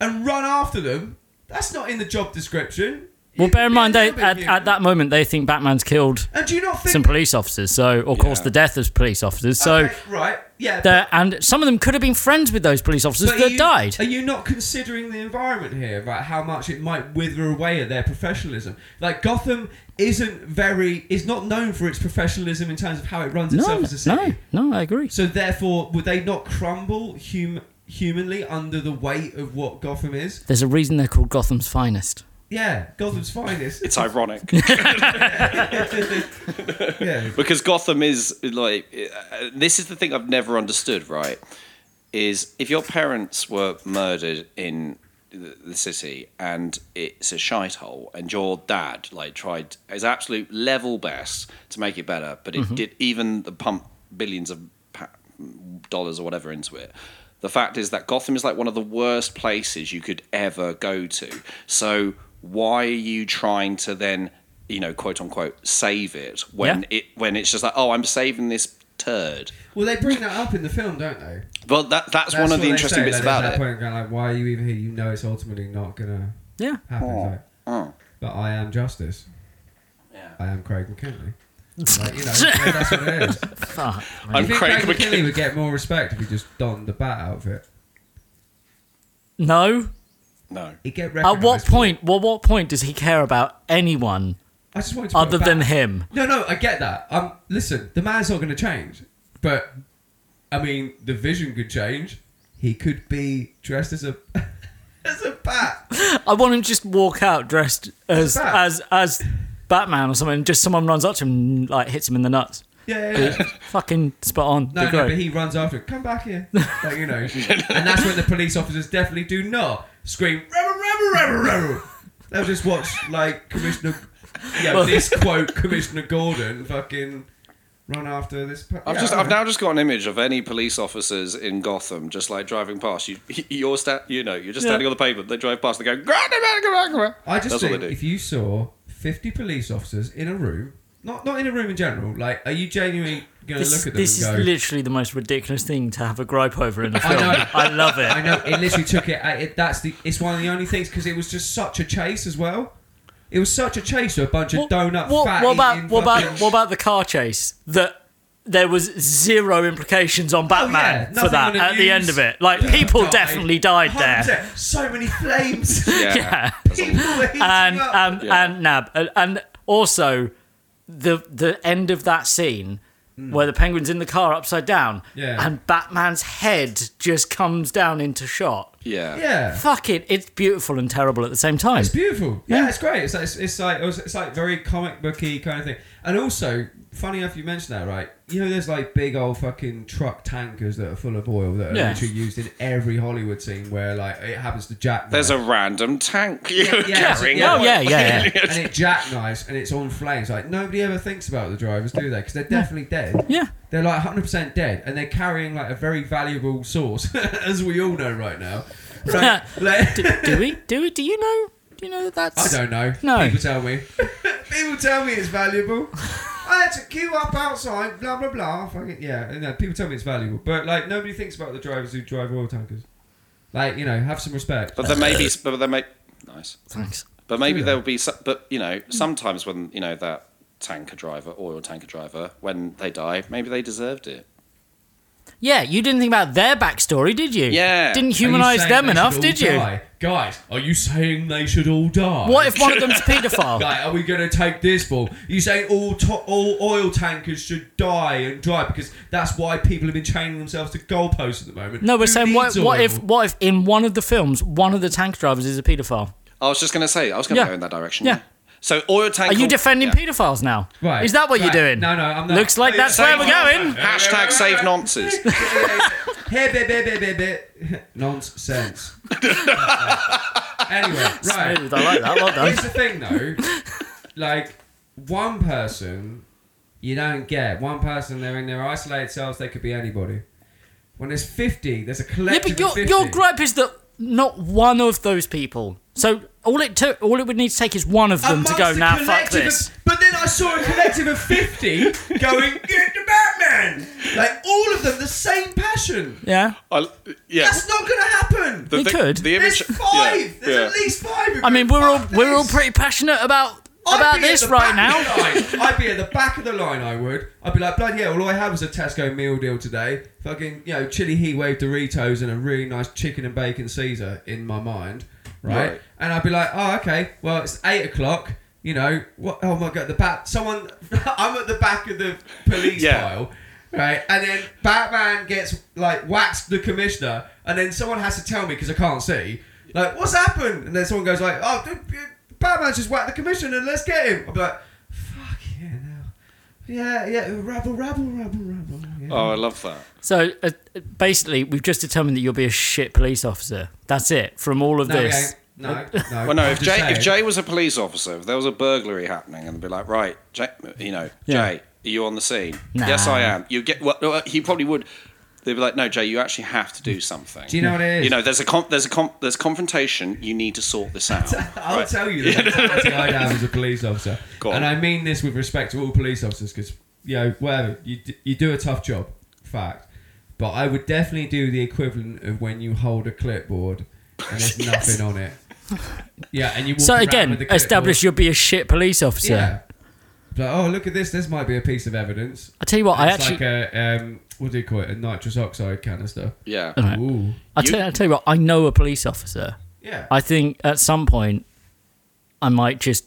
blah," and run after them. That's not in the job description. Well, You- bear in mind, you're they, a bit at, human. at that moment, they think Batman's killed And do you not think? some police officers, so or caused Yeah. the death of police officers. So, Okay, right, yeah. they're- and some of them could have been friends with those police officers but are that you- died. Are you not considering the environment here about how much it might wither away at their professionalism? Like Gotham isn't very is not known for its professionalism in terms of how it runs itself No, as a city. no, no, I agree. So therefore, would they not crumble hum- humanly under the weight of what Gotham is? There's a reason they're called Gotham's finest. Yeah, Gotham's finest. It's ironic yeah, because Gotham is like uh, this is the thing I've never understood. Right, is if your parents were murdered in the the city and it's a shithole, and your dad like tried his absolute level best to make it better, but it did even the pump billions of pa- dollars or whatever into it. The fact is that Gotham is like one of the worst places you could ever go to. So why are you trying to then, you know, quote unquote, save it when it when it's just like, oh, I'm saving this turd. Well, they bring that up in the film, don't they? Well, that that's, one what of the they interesting say, bits like, about there's it. that Point of going, like, why are you even here? You know, it's ultimately not gonna Yeah. happen. It's like, Oh. but I am justice. Yeah. I am Craig McKinley. Like, you know, yeah, that's what it is. Fuck. I I'm think Craig Craig, McKinley. McKinley would get more respect if he just donned the bat outfit. No. No. He'd get At recognised what for it. point? Well, what point does he care about anyone I just wanted to put other a bat than him? No, no, I get that. Um, listen, the man's not going to change, but I mean, the vision could change. He could be dressed as a as a bat. I want him to just walk out dressed as Bat. as as Batman or something. Just someone runs up to him, and, like hits him in the nuts. Yeah, yeah. yeah. Fucking spot on. No, Be no, great. but he runs after. Come back here, like you know. and that's when the police officers definitely do not scream "rebel, rebel, rebel, rebel." They'll just watch like Commissioner. Yeah, Well- this quote Commissioner Gordon fucking run after this. I've just I've now just got an image of any police officers in Gotham just like driving past you. You're sta- you know you're just Yeah. standing on the pavement. They drive past. They go. "Grab it, grab it, grab it, grab it." I just That's what think they do. if you saw 50 police officers in a room, not not in a room in general, like, are you genuinely going to This, look at them this is and go, literally the most ridiculous thing to have a gripe over in a I film. know. I, love it. I know, it literally took it, I- it. That's the. It's one of the only things because it was just such a chase as well. It was such a chase of a bunch of donut what, fat what about eating what fucking- about what about the car chase that there was zero implications on Batman for Oh, nothing that on the at the end news. of it. Like Yeah, people died. definitely died there. 100%. So many flames. Yeah. Yeah. That's all. People were heating and um, up. and Yeah. and Nab and, and also the the end of that scene where the penguin's in the car upside down Hmm. Yeah. and Batman's head just comes down into shot. Yeah. yeah. Fuck it, it's beautiful and terrible at the same time. It's beautiful. Yeah, Yeah. it's great. It's like it's, it's like it's like very comic booky kind of thing. And also, funny enough, you mentioned that, right? You know, there's like big old fucking truck tankers that are full of oil that are Yeah. literally used in every Hollywood scene where like it happens to jackknife. There's a random tank you're yeah, carrying. yeah. Oh yeah, yeah, yeah. and it jackknives and it's on flames. Like nobody ever thinks about the drivers, do they? Because they're definitely dead. Yeah. They're like 100% dead, and they're carrying like a very valuable source, as we all know right now. So, like- do, do we? Do we? Do you know? Do you know that I that's? don't know. No. People tell me. people tell me it's valuable. I had to queue up outside, blah, blah, blah. Fucking, yeah, no, people tell me it's valuable. But, like, nobody thinks about the drivers who drive oil tankers. Like, you know, have some respect. But there may be. But there may. Nice. Thanks. But maybe there will be. so- But you know, sometimes when you know that tanker driver, oil tanker driver, when they die, maybe they deserved it. Yeah, you didn't think about their backstory, did you? Yeah. Are Didn't Are you humanize saying them they enough, should did all you? die? Guys, are you saying they should all die? What if one of them's a paedophile? Like, are we going to take this ball? You say all to- all oil tankers should die and dry because that's why people have been chaining themselves to goalposts at the moment. No, we're Who saying what, needs what oil? if what if in one of the films one of the tank drivers is a paedophile? I was just going to say. I was going to Yeah. go in that direction. Yeah. So oil Are tanker. you defending yeah. paedophiles now? Right, Is that what right. you're doing? No, no, I'm not. Looks like Hey, that's where save we're my- going. Hashtag save nonces. Hey, bit, bit, bit, bit, bit. Nonsense. anyway, right. Smooth, I like that. Well done. Here's the thing, though. Like, one person you don't get. One person, they're in their isolated selves, they could be anybody. When there's 50, there's a Yeah, collective but of your 50. your gripe is that not one of those people. So all it took, all it would need to take is one of them to Amongst go. the Now, fuck collective of- this. but then I saw a collective of 50 going, get the Batman! Like, all of them, the same passion. Yeah. I, yeah. That's not going to happen. The It thing- could. The image. There's five. yeah, There's yeah. at least five. of I you. mean, we're all Fuck we're all this. pretty passionate about I'd about be at this the right back now. of the line. I'd be at the back of the line. I would. I'd be like, bloody hell! All I had was a Tesco meal deal today. Fucking, you know, chili heat wave Doritos and a really nice chicken and bacon Caesar in my mind, right? Right. And I'd be like, oh, okay. Well, it's eight o'clock. You know what? Oh my god, the bat! Someone, I'm at the back of the police Yeah. file. Right, and then Batman gets like waxed the commissioner, and then someone has to tell me because I can't see, like what's happened, and then someone goes like, "Oh, dude, you- Batman's just whacked the commissioner, let's get him." I'll be like, "Fuck yeah, no, yeah, yeah, rabble, rabble, rabble, rabble." Yeah. Oh, I love that. So uh, basically, we've just determined that you'll be a shit police officer. That's it from all of no, we this. ain't. no, no. Well, no. I'm If just Jay, saying. if Jay was a police officer, if there was a burglary happening, and be like, right, Jay, you know, Yeah. Jay, are you on the scene? Nah. Yes, I am. You get. Well, no, he probably would. They'd be like, no, Jay, you actually have to do something. do you know what it is? You know, there's a com- there's a com- there's confrontation. You need to sort this out. I'll Right. tell you the mentality I'd have as a police officer, Go on. and I mean this with respect to all police officers because you know whatever you d- you do a tough job, fact. But I would definitely do the equivalent of when you hold a clipboard and there's nothing on it. Yeah, and you walk So around again, with the establish you'll be a shit police clipboard. officer. Yeah. But, oh, look at this! This might be a piece of evidence. I tell you what, I it's actually, like a um, what do you call it? A nitrous oxide canister. Yeah. Right. Ooh. I tell, I tell you what, I know a police officer. Yeah. I think at some point, I might just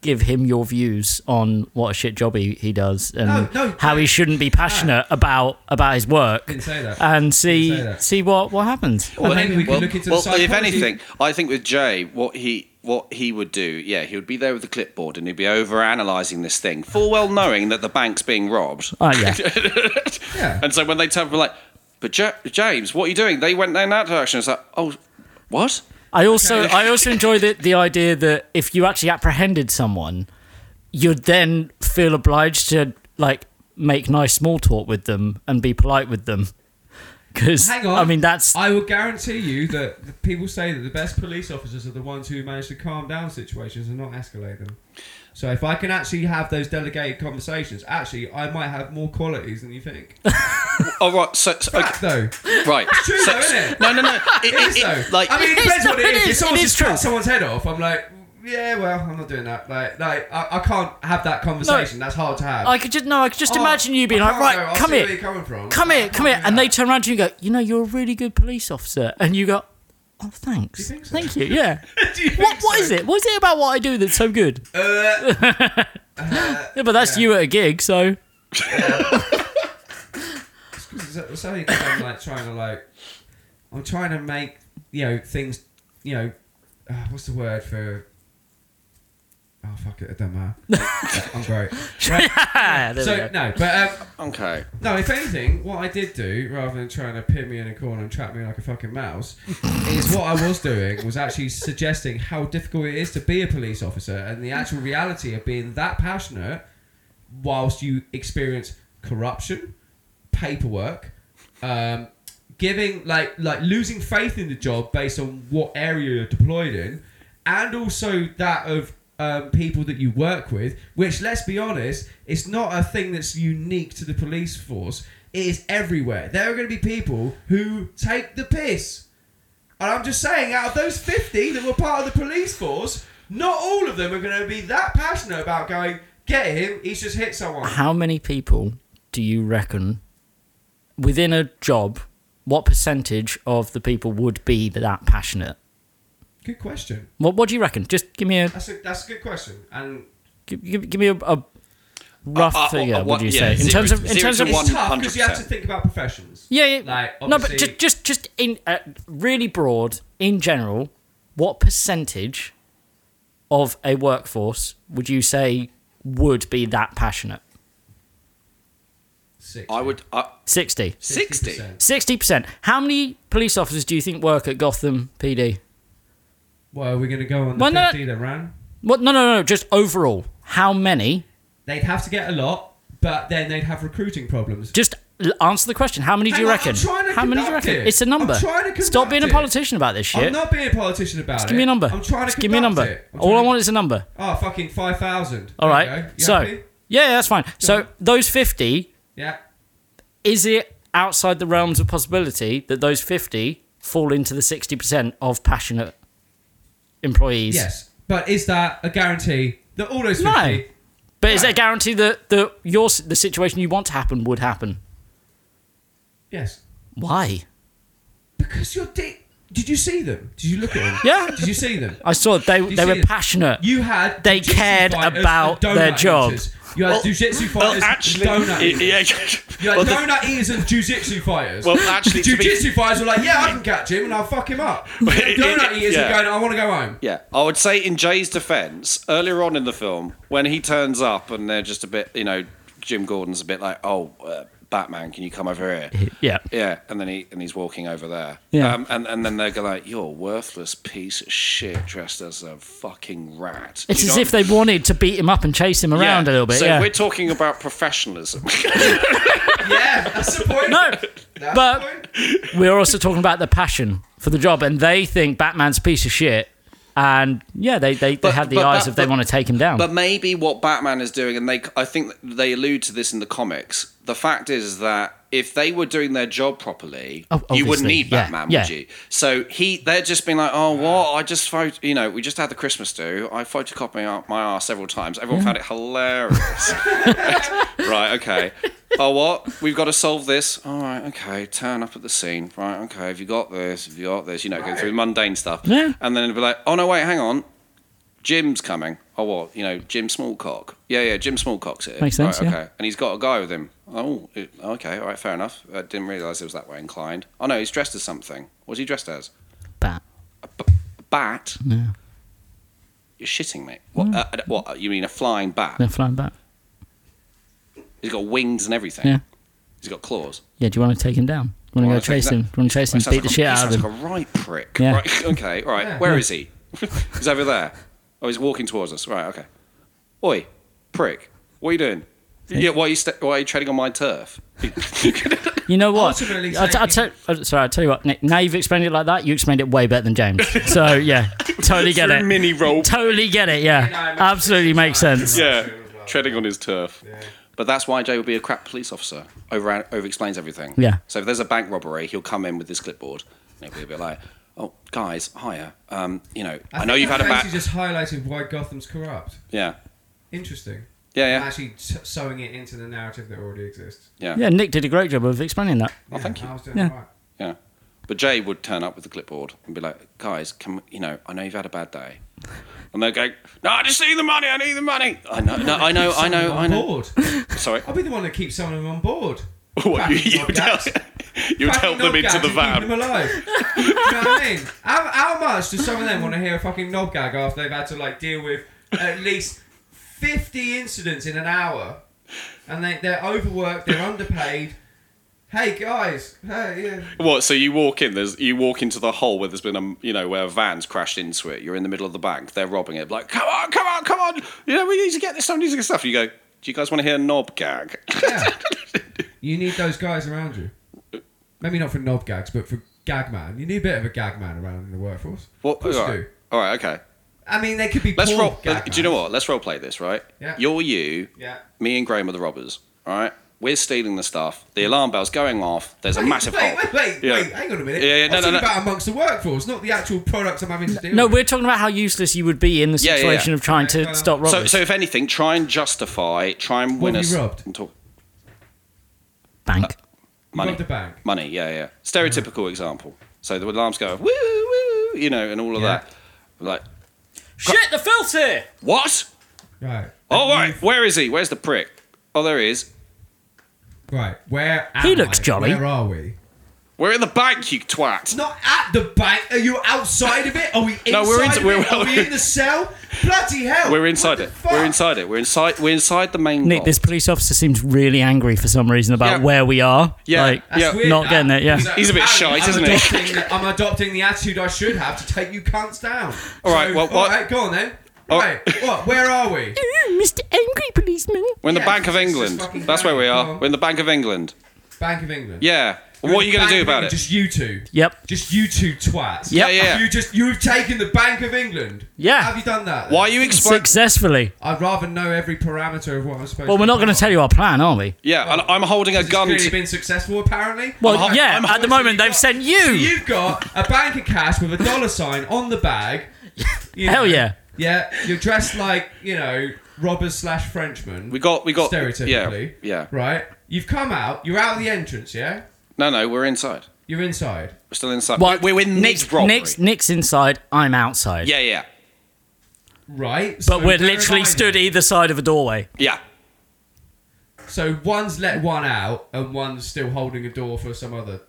give him your views on what a shit job he, he does and No, no, how he shouldn't be passionate about about his work. Didn't say that. And see Didn't say that. see what what happens. Well, maybe we could well, look into well, the psychology. if anything, I think with Jay, what he what he would do, yeah, he would be there with the clipboard and he'd be over analysing this thing, full well knowing that the bank's being robbed. Oh yeah. Yeah. And so when they tell him like, but Ja- James, what are you doing? They went in that direction. It's like, oh, what? I also I also enjoy the the idea that if you actually apprehended someone, you'd then feel obliged to like make nice small talk with them and be polite with them. Because Hang on. Oh. I mean that's I will guarantee you that the people say that the best police officers are the ones who manage to calm down situations and not escalate them. So if I can actually have those delegated conversations, actually I might have more qualities than you think. Oh right, so, so okay, Fact though, right. true so, though, isn't it? No, no, no. It- It is it- though. it- like, I mean, It it is depends though, what it it is. If is, someone's it is just cut true. someone's head off, I'm like, yeah, well, I'm not doing that. Like, like I, I can't have that conversation. That's hard to have. I could just no, I could just Oh, imagine you being I like, can't go. right, I come see here, Where you're coming from. come I here, can't come here, do and that. they turn around to you and go, you know, you're a really good police officer, and you go, oh, thanks, you think so? thank you, yeah. Do you what think what so? is it? What is it about what I do that's so good? Uh, Yeah, but that's you at a gig, so so- so you think I'm like trying to like, I'm trying to make you know things, you know, uh, what's the word for? Oh fuck it, I don't know. I'm great. yeah, ah, there we So go. no, but um, Okay. No, if anything, what I did do, rather than trying to pin me in a corner and trap me like a fucking mouse, is what I was doing was actually suggesting how difficult it is to be a police officer and the actual reality of being that passionate whilst you experience corruption, paperwork, um, giving like like losing faith in the job based on what area you're deployed in, and also that of um, people that you work with. Which, let's be honest, it's not a thing that's unique to the police force. It is everywhere. There are going to be people who take the piss. And I'm just saying, out of those 50 that were part of the police force, not all of them are going to be that passionate about going, get him, he's just hit someone. How many people do you reckon within a job? What percentage of the people would be that passionate? Good question. What What do you reckon? Just give me a That's a, that's a good question. And give, give, give me a, a rough Uh, uh, figure. uh, would what- you yeah, say in zero terms to- of in zero terms to of it's one- tough because you have to 100%. think about professions. yeah, yeah. Like, no, but obviously- just just just in uh, really broad in general, what percentage of a workforce would you say would be that passionate? Six. I would. Uh, 60. 60. 60%. How many police officers do you think work at Gotham PD? Well, we're going to go on the Why not? 50 that ran. What no no no, just overall. How many? They'd have to get a lot, but then they'd have recruiting problems. Just l- answer the question. How many do Hang you on, I'm reckon? trying to How many do you conduct reckon? it. It's a number. I'm trying to Stop being a conduct it. politician about this shit. I'm not being a politician about it. Give me a number. I'm trying to Just give me a number. conduct it. I'm All I trying to- want is a number. Oh, fucking 5,000. All There right. you go. You So happy? yeah, that's fine. so on. those fifty, Yeah. is it outside the realms of possibility that those fifty fall into the sixty percent of passionate employees? Yes. But is that a guarantee that all those 50... No. But is No. there a guarantee that the your s- the situation you want to happen would happen? Yes. Why? Because your dick... Did you see them? Did you look at them? Yeah. Did you see them? I saw they you they were see- passionate. You had... They jujitsu cared fighters and about donut their job. eaters. You had Well- jiu-jitsu Well, fighters actually, and donut eaters. yeah. You had well, the- donut eaters and jiu-jitsu fighters. well, actually, to be- jiu-jitsu fighters were like, yeah, I can catch him and I'll fuck him up. The it- donut it- eaters yeah. are going, I want to go home. Yeah, I would say in Jay's defense, earlier on in the film, when he turns up and they're just a bit, you know, Jim Gordon's a bit like, "Oh, uh, Batman, can you come over here?" Yeah. Yeah, and then he and he's walking over there. Yeah. Um, and and then they go like, "You're a worthless piece of shit dressed as a fucking rat." It's You as know- if they wanted to beat him up and chase him around a Yeah, little bit. So yeah. we're talking about professionalism. Yeah, that's the point. No, That's but- the point. We're also talking about the passion for the job, and they think Batman's a piece of shit. And yeah, they, they, they But- had the but eyes that- if they but- want to take him down. But maybe what Batman is doing, and they, I think they allude to this in the comics. The fact is that if they were doing their job properly, Oh, you wouldn't obviously, need yeah, Batman, yeah. would you? So he, they're just being like, oh, what? I just photo, you know, we just had the Christmas do. I photocopied my, ar- my ass several times. Everyone found it hilarious. right? Okay. Oh, what? We've got to solve this. All right. Okay. Turn up at the scene. Right. Okay. Have you got this? Have you got this? You know, go through mundane stuff. Yeah. And then it'd be like, oh no, wait, hang on. Jim's coming. Oh, what? You know, Jim Smallcock. Yeah, yeah, Jim Smallcock's here. Makes sense, Right, yeah. okay. And he's got a guy with him. Oh, it- okay, all right, fair enough. I didn't realise it was that way inclined. Oh, no, he's dressed as something. What's he dressed as? Bat. A, b- a bat? You're shitting me. What, uh, uh, what? You mean a flying bat? They're flying back. He's got wings and everything. Yeah. He's got claws. Yeah, do you want to take him down? Do you Well, want I to go think chase that- him? Do you want to chase him? He sounds Beat the like a- shit he out of sounds him? like a right prick. Yeah. Right, okay, all right. Where is he? he's over there. Oh, he's walking towards us. Right, okay. Oi, prick. What are you doing? Yeah, why are you st- why are you treading on my turf? You know what? Ultimately I t- I taking- t- I- sorry, I'll tell you what, Nick. Now you've explained it like that, you explained it way better than James. So, yeah, totally get it. Mini roll. Totally get it, yeah. Yeah, I mean, Absolutely it's makes fine. sense. yeah, treading on his turf. But that's why Jay would be a crap police officer. Over over explains everything. Yeah. So if there's a bank robbery, he'll come in with this clipboard and he'll be a bit like, oh guys, higher. Um, you know, I, think know you've that had a basically bad. just highlighted why Gotham's corrupt. Yeah, Interesting. yeah, And yeah, actually s- sewing it into the narrative that already exists. yeah, Yeah, Nick did a great job of explaining that. Oh, Yeah, thank you. I was doing Yeah. it right. yeah. But Jay would turn up with the clipboard and be like, guys, can we- you know, I know you've had a bad day. And they'll go, no, I just need the money. I need the money. I know, no, I know, Keep I know, someone I on know. Board. Sorry. I'll be the one that keeps some of them on board. What, you, Fucking you would help, knobgats. you would Fucking help them into knobgats and the keep van. them alive. Do you know what I mean? How, how much do some of them want to hear a fucking knob gag after they've had to like deal with at least fifty incidents in an hour, and they they're overworked, they're underpaid. Hey guys, hey, yeah. What? So you walk in? There's you walk into the hole where there's been a you know where a van's crashed into it. You're in the middle of the bank. They're robbing it. Like, come on, come on, come on! You know we need to get this. Somebody needs to get stuff. You go. Do you guys want to hear a knob gag? yeah. You need those guys around you. Maybe not for knob gags, but for gag man. You need a bit of a gag man around in the workforce. What? course you all right. do. All right. Okay. I mean, they could be. Let's poor roll. uh, Gag do you know what? Let's role play this, right? Yeah. You're you. Yeah. Me and Graham are the robbers. All right. We're stealing the stuff. The alarm bell's going off. There's a Wait, massive wait, hole. Wait, wait, Yeah. wait, hang on a minute. Yeah, yeah, no, I'm no, talking no. about amongst the workforce, not the actual products I'm having to deal No, with. we're talking about how useless you would be in the Yeah, yeah, situation yeah. of trying Okay, to well, stop So, robbers. so if anything, try and justify. Try and What win have us. you robbed? and talk- uh, Bank. money. Rob the bank. Money, yeah, yeah. Stereotypical example. So the alarms go woo woo, you know, and all of Yeah. that. Like Shit, the filter! what? Right. Oh And right, where is he? Where's the prick? Oh, there he is. you- Right. Where am He looks I? jolly. Where are we? We're in the bank, you twat. Not at the bank. Are you outside of it? Are we inside No, we're of inside- we're- it? Are we in the cell? Bloody hell! We're inside What it. the We're fuck? inside it. We're inside. We're inside the main. Nick, vault. this police officer seems really angry for some reason about Yeah. where we are. Yeah. Like, That's yeah. weird, not that. getting it, yeah. So He's a bit apparently shite, I'm isn't he? adopting the- I'm adopting the attitude I should have to take you cunts down. All right, So, well, all what- Oh. right, go on then. All- Right, what? Where are we? Mr. Angry Policeman. We're in the Yeah, Bank of it's just England. fucking That's where we bank. are. Come on. We're in the Bank of England. Bank of England. Yeah. what are you going to do about it? Just you two. Yep. Just you two twats. Yep. Yeah, yeah. You just you've taken the Bank of England. Yeah. Have you done that? Why are you explaining? Successfully. I'd rather know every parameter of what I'm supposed. Well, to we're not going to to tell you our plan, are we? Yeah, and I'm holding a It's gun. clearly To- been successful, apparently. Well, I'm- yeah, I'm- at the So moment you've they've got- sent you. So you've got a bank of cash with a dollar sign on the bag. you Hell yeah. Yeah, you're dressed like you know robbers slash Frenchmen. we got. We got. stereotypically. Yeah. Yeah. Right. You've come out. You're out of the entrance. Yeah. No, no, we're inside. You're inside. We're still inside. Well, We're, we're in Nick's, mid robbery. Nick's, Nick's inside, I'm outside. Yeah, yeah, Right. But we're literally stood either side of a doorway. yeah. So one's let one out, and one's still holding a door for some other.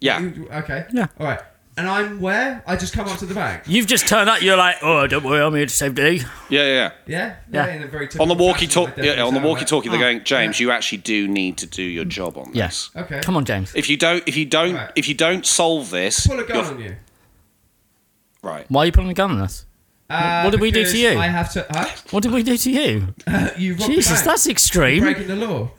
Yeah. You- Okay. Yeah. All right. And I'm where? I just come up to the bank. You've just turned up, you're like, oh, don't worry, I'm here to save the day. Yeah, yeah, yeah. Yeah. Yeah. in a very on the typical walkie fashion, I talk, definitely yeah, on sound the like- walkie talkie, they're going, James, you actually do need to do your job on this. Ah, Yes. Okay. Come on, James. If you don't, if you don't, Right. if you don't solve this, Pull a gun you're- on you. right? Why are you pulling a gun on us? Uh, What did we do to because you? I have to. Huh? What did we do to you? you robbed the Jesus, bank. that's You're extreme. breaking the law.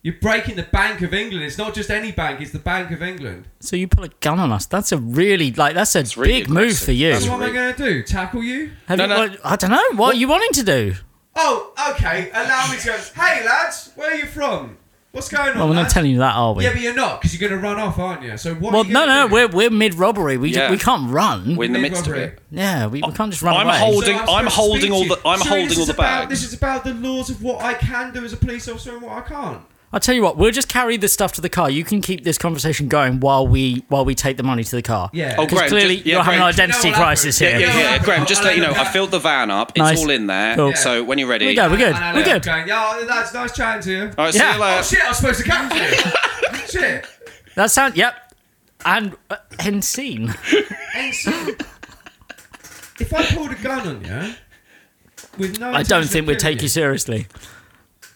You're breaking the Bank of England. It's not just any bank. It's the Bank of England. So you pull a gun on us. That's a really like that's a really big move aggressive. for you. That's So what am I rude. going to do? Tackle you? Have No, you no. what- I don't know. What, are you wanting to do? Oh, okay. Allow me to go. Hey, lads, where are you from? What's going on? Well, we're not lads? telling you that, are we? Uh, Yeah, but you're not because you're going to run off, aren't you? So what? well, are you no, gonna no, do? we're we're mid robbery. We Yeah. ju- we can't run. We're in the Big midst of robbery. it. yeah, we, we can't just run I'm away. holding- So I'm supposed to holding speak all to you. the- I'm Surely holding this all is the about- bags. This is about the laws of what I can do as a police officer and what I can't. I'll tell you what. We'll just carry this stuff to the car. You can keep this conversation going while we while we take the money to the car. Yeah. Oh, Because Graham, clearly just- yeah, you're having an Graham, identity you know what crisis happened? here. Yeah, yeah, Yeah, yeah, yeah. Graham, just to let you know, I'll- I filled the van up. It's Nice. all in there. Cool. So when you're ready, Here we go. We're good. And I We're left good. Going, yeah, oh, that's nice chatting to you. All right, Yeah. see you Oh later. shit! I was supposed to capture you. shit. That sound. Yep. And uh, end scene. And so, if I pulled a gun on you, with no, I don't intention think of we'd killing take you seriously.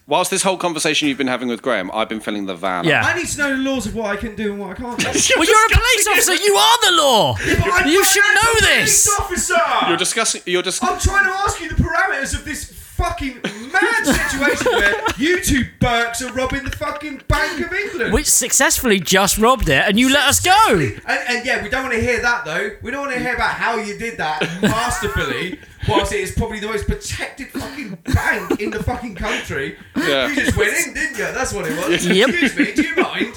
Whilst this whole conversation you've been having with Graham, I've been filling the van. Yeah. I need to know the laws of what I can do and what I can't do. Well, you're a police officer. You are the law. But I'm You not should an know actual this. police Officer. You're discussing. You're just. I'm trying to ask you the parameters of this fucking mad situation where you two Burks are robbing the fucking Bank of England. Which successfully just robbed it, and you let us go. And, and yeah, we don't want to hear that though. We don't want to hear about how you did that masterfully, whilst it is probably the most protected fucking bank in the fucking country. Yeah. You just went in, didn't you? That's what it was. Yep. Excuse me, do you mind?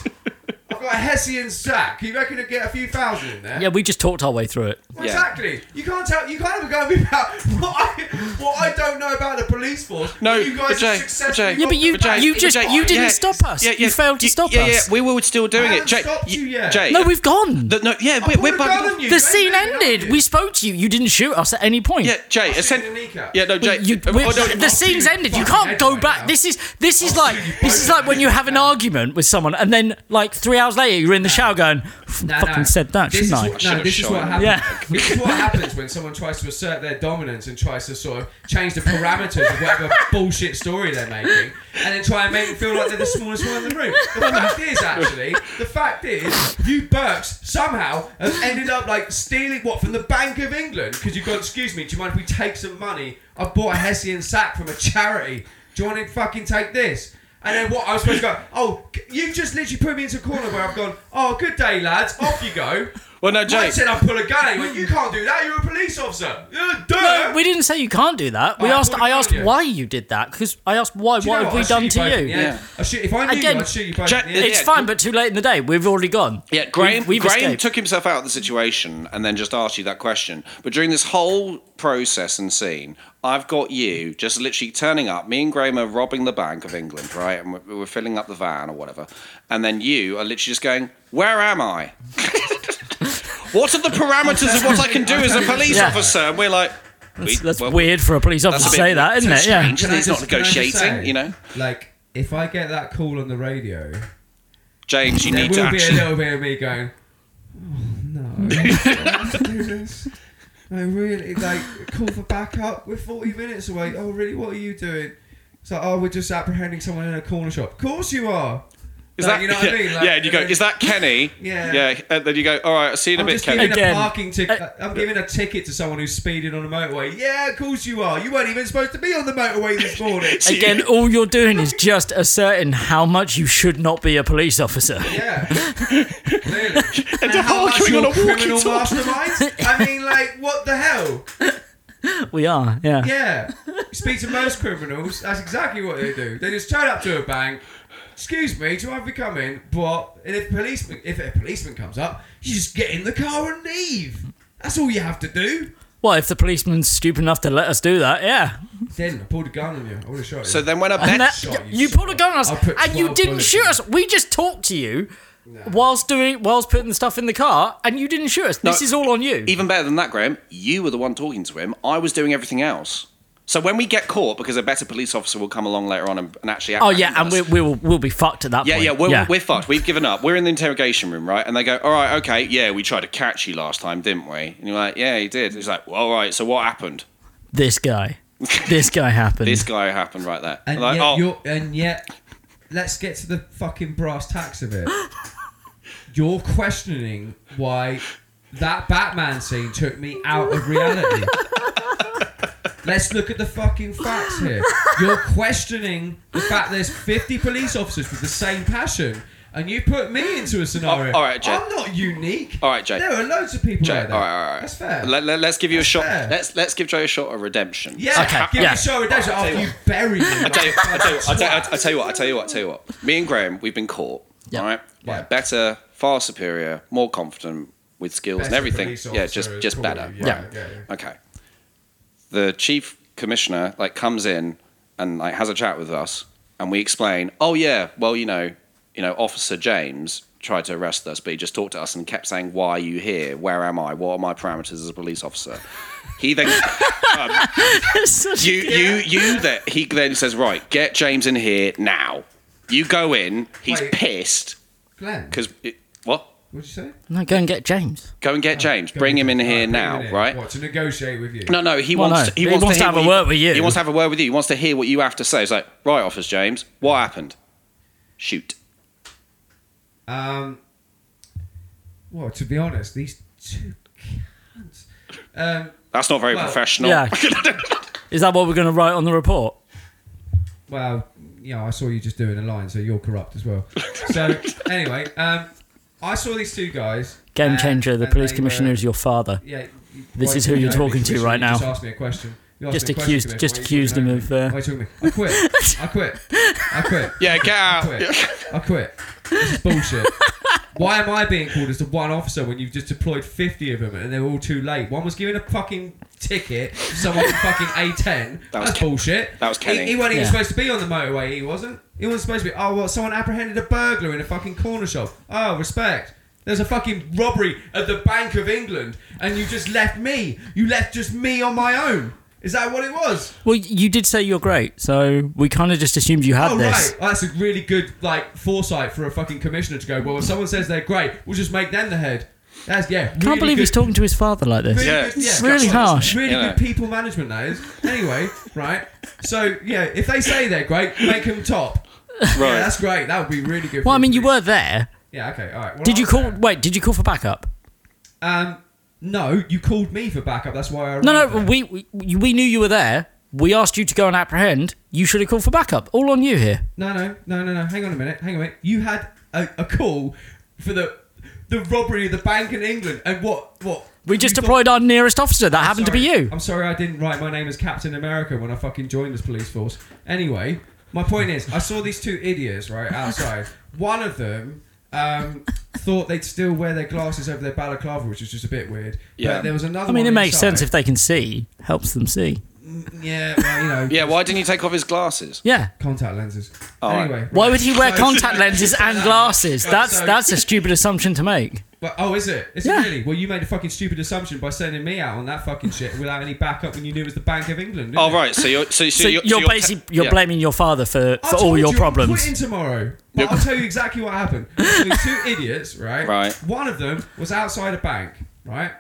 I got a Hessian sack. You reckon it'd get a few thousand in there? Yeah, we just talked our way through it. Well, Exactly. You can't tell. You can't ever go and be about what I, what I don't know about the police force. No, you guys Jay, are successfully. Jay. Yeah, but you- But Jay, Oh, you but just- Jay, you didn't yeah. stop us. You failed to stop yeah, Yeah, us. we were still doing I it. haven't Jay, stopped you yet. Jay, No, we've gone. The, the, no, yeah, I we're, we're would've done you. They scene made me ended. argue. We spoke to you. You didn't shoot us at any point. Yeah, Jay, I'll essen- shoot you in the kneecap. yeah, no, Jay. You, oh, we're- no, the scene's fucking ended. You can't go headline back. now. This is this is I'll like shoot you this is both like when you have an argument with someone, and then like three hours later, you're in the shower going, "F- No, no. "Fucking said that, This is shouldn't I?" what- should've no, this is shown what him. happens. Yeah. This is what happens when someone tries to assert their dominance and tries to sort of change the parameters of whatever bullshit story they're making, and then try and make them feel like they're the smallest one in the room. The fact is, actually, the fact is, you Burks somehow have ended up like stealing what from the Bank of England because you've gone. Excuse me, do you mind if we take some money? I bought a Hessian sack from a charity. Do you want to fucking take this? And then what? I was supposed to go, oh, c- you just literally put me into a corner where I've gone, oh, good day, lads, off you go. Well, no, Jake Jay. said I'll pull a gun. He went, you can't do that, you're a police officer. Yeah, duh. No, we didn't say you can't do that. We Oh, I asked. thought I you asked did, yeah. why you did that because I asked why. Do you what know have I'd we shoot done to both in you? the head. I shoot, if I knew Again, you, I'd shoot you both Jack- in the head. It's Yeah, fine, but too late in the day. We've already gone. Yeah, Graham, We've, we've Graham escaped. took himself out of the situation and then just asked you that question. But during this whole process and scene, I've got you just literally turning up. Me and Graham are robbing the Bank of England, right? And we're, we're filling up the van or whatever. And then you are literally just going, Where am I? what are the parameters of what I can do as a police Yeah. officer? And we're like, That's, we- that's well, weird for a police officer to a bit- say that, it's isn't a it? Yeah. strange- He's not can I just negotiating, say, you know? Like, if I get that call on the radio, James, you there need to will be a actually. little bit of me going, oh, no. I can't do this. No, really, like, call for backup. We're 40 minutes away. Oh, really? What are you doing? It's like, oh, we're just apprehending someone in a corner shop. Of course you are. Is Like, that, you know what yeah, I mean? Like, yeah, and you go, then- is that Kenny? Yeah. Yeah, and then you go, all right, I'll see you in a I'm bit, just Kenny. giving Again. a parking ticket. Uh, I'm giving a ticket to someone who's speeding on a motorway. Yeah, of course you are. You weren't even supposed to be on the motorway this morning. Again, all you're doing is just asserting how much you should not be a police officer. yeah, clearly. And they're how much arguing you're on a criminal walkie-talkie. masterminds? I mean, like, what the hell? We are, yeah. Yeah, speak to most criminals. That's exactly what they do. They just turn up to a bank. Excuse me, do I have to come in? What? And if policeman, if a policeman comes up, you just get in the car and leave. That's all you have to do. Well, if the policeman's stupid enough to let us do that, yeah. Then I pulled a gun on you. I would have shot you. So then when I And bet. that, shot, you you pulled a shot. gun on us, I'll put and you 12 didn't bullets shoot in. us. We just talked to you whilst doing, whilst putting the stuff in the car, and you didn't shoot us. This is all on you. Even better than that, Graham, you were the one talking to him. I was doing everything else. So when we get caught, because a better police officer will come along later on and, and actually. oh yeah, and apprehend we, us. we will we'll be fucked at that Yeah, point. yeah, we're, we're fucked. We've given up. We're in the interrogation room, right? And they go, "All right, okay, yeah, we tried to catch you last time, didn't we?" And you're like, "Yeah, he did." He's like, well, "All right, so what happened? this guy, this guy happened. This guy happened right there." And like, yet, oh, Uh, you're, and yet, let's get to the fucking brass tacks of it. you're questioning why that Batman scene took me out of reality. let's look at the fucking facts here. You're questioning the fact there's 50 police officers with the same passion. And you put me into a scenario. Oh, all right, Jay. I'm not unique. All right, Jay. There are loads of people Jay, out there. all right, all right. That's fair. Let, us give you a shot. fair. Let's let's give Joe a shot at redemption. yeah, Okay, give yeah. me a show of desert I'll tell after you you bury me. I tell you, I tell you, I tell, I tell you what, I tell you what, I tell you what. Me and Graham, we've been caught, Yeah. all right? By a Yeah. better, far superior, more confident with skills and Better everything. police Yeah, officer just is just probably- better. yeah, right? yeah, yeah. Okay. The chief commissioner like comes in and like has a chat with us, and we explain, oh yeah, well you know, you know, Officer James tried to arrest us, but he just talked to us and kept saying, why are you here? Where am I? What are my parameters as a police officer? He then. Such- You, you, you. That he then says, right, get James in here now. You go in. He's Wait. pissed Glenn, because what? what'd you say? no, go and get James. Go and get James. Oh, Go Bring with him it. in Alright, here bring now, him in. right? What, to negotiate with you? No, no. He Well, wants. no. To, he, He wants, wants to to have hear a what you- word with you. He wants to have a word with you. He wants to hear what you have to say. He's like, right, Officer James, what happened? Shoot. Um, well, to be honest, these two cunts. Um, That's not very Well, professional. yeah. Is that what we're going to write on the report? well, you know, I saw you just doing a line, so you're corrupt as well. so, anyway, um, I saw these two guys. Game and- changer. The and police they commissioner were- is your father. Yeah. you- This why is do who you you're know me, talking to Commissioner? right You Just now. asked me a question. You asked Just me a question, accused- Commissioner. just Why are you accused talking over him me? of, uh, Why are you talking to me? I quit. I quit. I quit. Yeah, get I out. quit. I quit. This is bullshit. Why am I being called as the one officer when you've just deployed 50 of them and they're all too late? One was given a fucking ticket, someone fucking A10. That was That's Ken- bullshit. that was Kenny. He, he wasn't even Yeah. supposed to be on the motorway, he wasn't. He wasn't supposed to be. Oh, well, someone apprehended a burglar in a fucking corner shop. Oh, respect. There's a fucking robbery at the Bank of England and you just left me. You left just me on my own. Is that what it was? Well, you did say you're great, so we kind of just assumed you had Oh this. right, Well, that's a really good like foresight for a fucking commissioner to go. Well, if someone says they're great, we'll just make them the head. That's yeah. Can't really believe good, he's talking to his father like this. Really Yeah, good, it's yeah. Really disgusting, harsh. isn't it? Really You know. good people management that is. Anyway, right. So yeah, if they say they're great, make them top. Yeah, Right. that's great. That would be really good. Well, for I mean, you the- were there. Yeah. Okay. All right. Well, Did you I'm call? there. Wait, did you call for backup? Um. No, you called me for backup. That's why I. No, arrived no, there. we, we we knew you were there. We asked you to go and apprehend. You should have called for backup. All on you here. No, no, no, no, no. Hang on a minute. Hang on a minute. You had a, a call for the the robbery of the bank in England, and what? What? We just you thought- deployed our nearest officer. That happened to be Sorry. you. I'm sorry I didn't write my name as Captain America when I fucking joined this police force. Anyway, my point is, I saw these two idiots right outside. One of them um, thought they'd still wear their glasses over their balaclava, which was just a bit weird. Yeah. But there was another. I mean, one it makes inside. sense if they can see. Helps them see. Yeah, well, you know. Yeah, why didn't he take off his glasses? Contact Contact lenses. All right. anyway, Why would he wear So- contact lenses and glasses? Right, That's so- that's a stupid assumption to make. But, oh, is it? Is Yeah. it really? Well, you made a fucking stupid assumption by sending me out on that fucking shit without any backup when you knew it was the Bank of England. didn't Oh, you? right. So you're so, so So you're, so basically you're yeah. blaming your father for, I for all told your you, I'm problems. quitting tomorrow. But I'll tell you exactly what happened. So these two idiots, right? Right. One of them was outside a bank, right?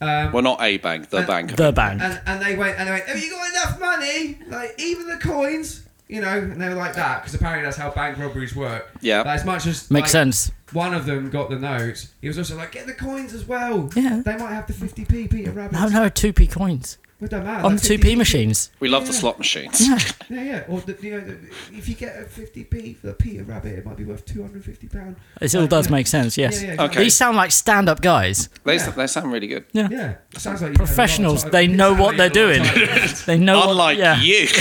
Um, Well, not a bank, the Uh, bank. The bank. and, and they went and they went. Have you got enough money? Like even the coins, you know? And they were like that because apparently that's how bank robberies work. Yeah. Like, as much as Makes like, sense. One of them got the notes. He was also like, get the coins as well. Yeah. They might have the 50p Peter Rabbit. No, no, two p coins It don't matter. on That's two 50p. p machines. We love the Yeah. slot machines. Yeah. Yeah, yeah. Or the, you know, the, if you get a 50p for a Peter Rabbit, it might be worth 250 pound. It all does make sense. Yes. Yeah, yeah, Okay. These sound like stand-up guys. They, Yeah. they sound really good. Yeah. Yeah, it sounds like you had a lot of Professionals. time- They it know sounds what they're like you had a doing. lot of time- they know. what- Unlike yeah. you.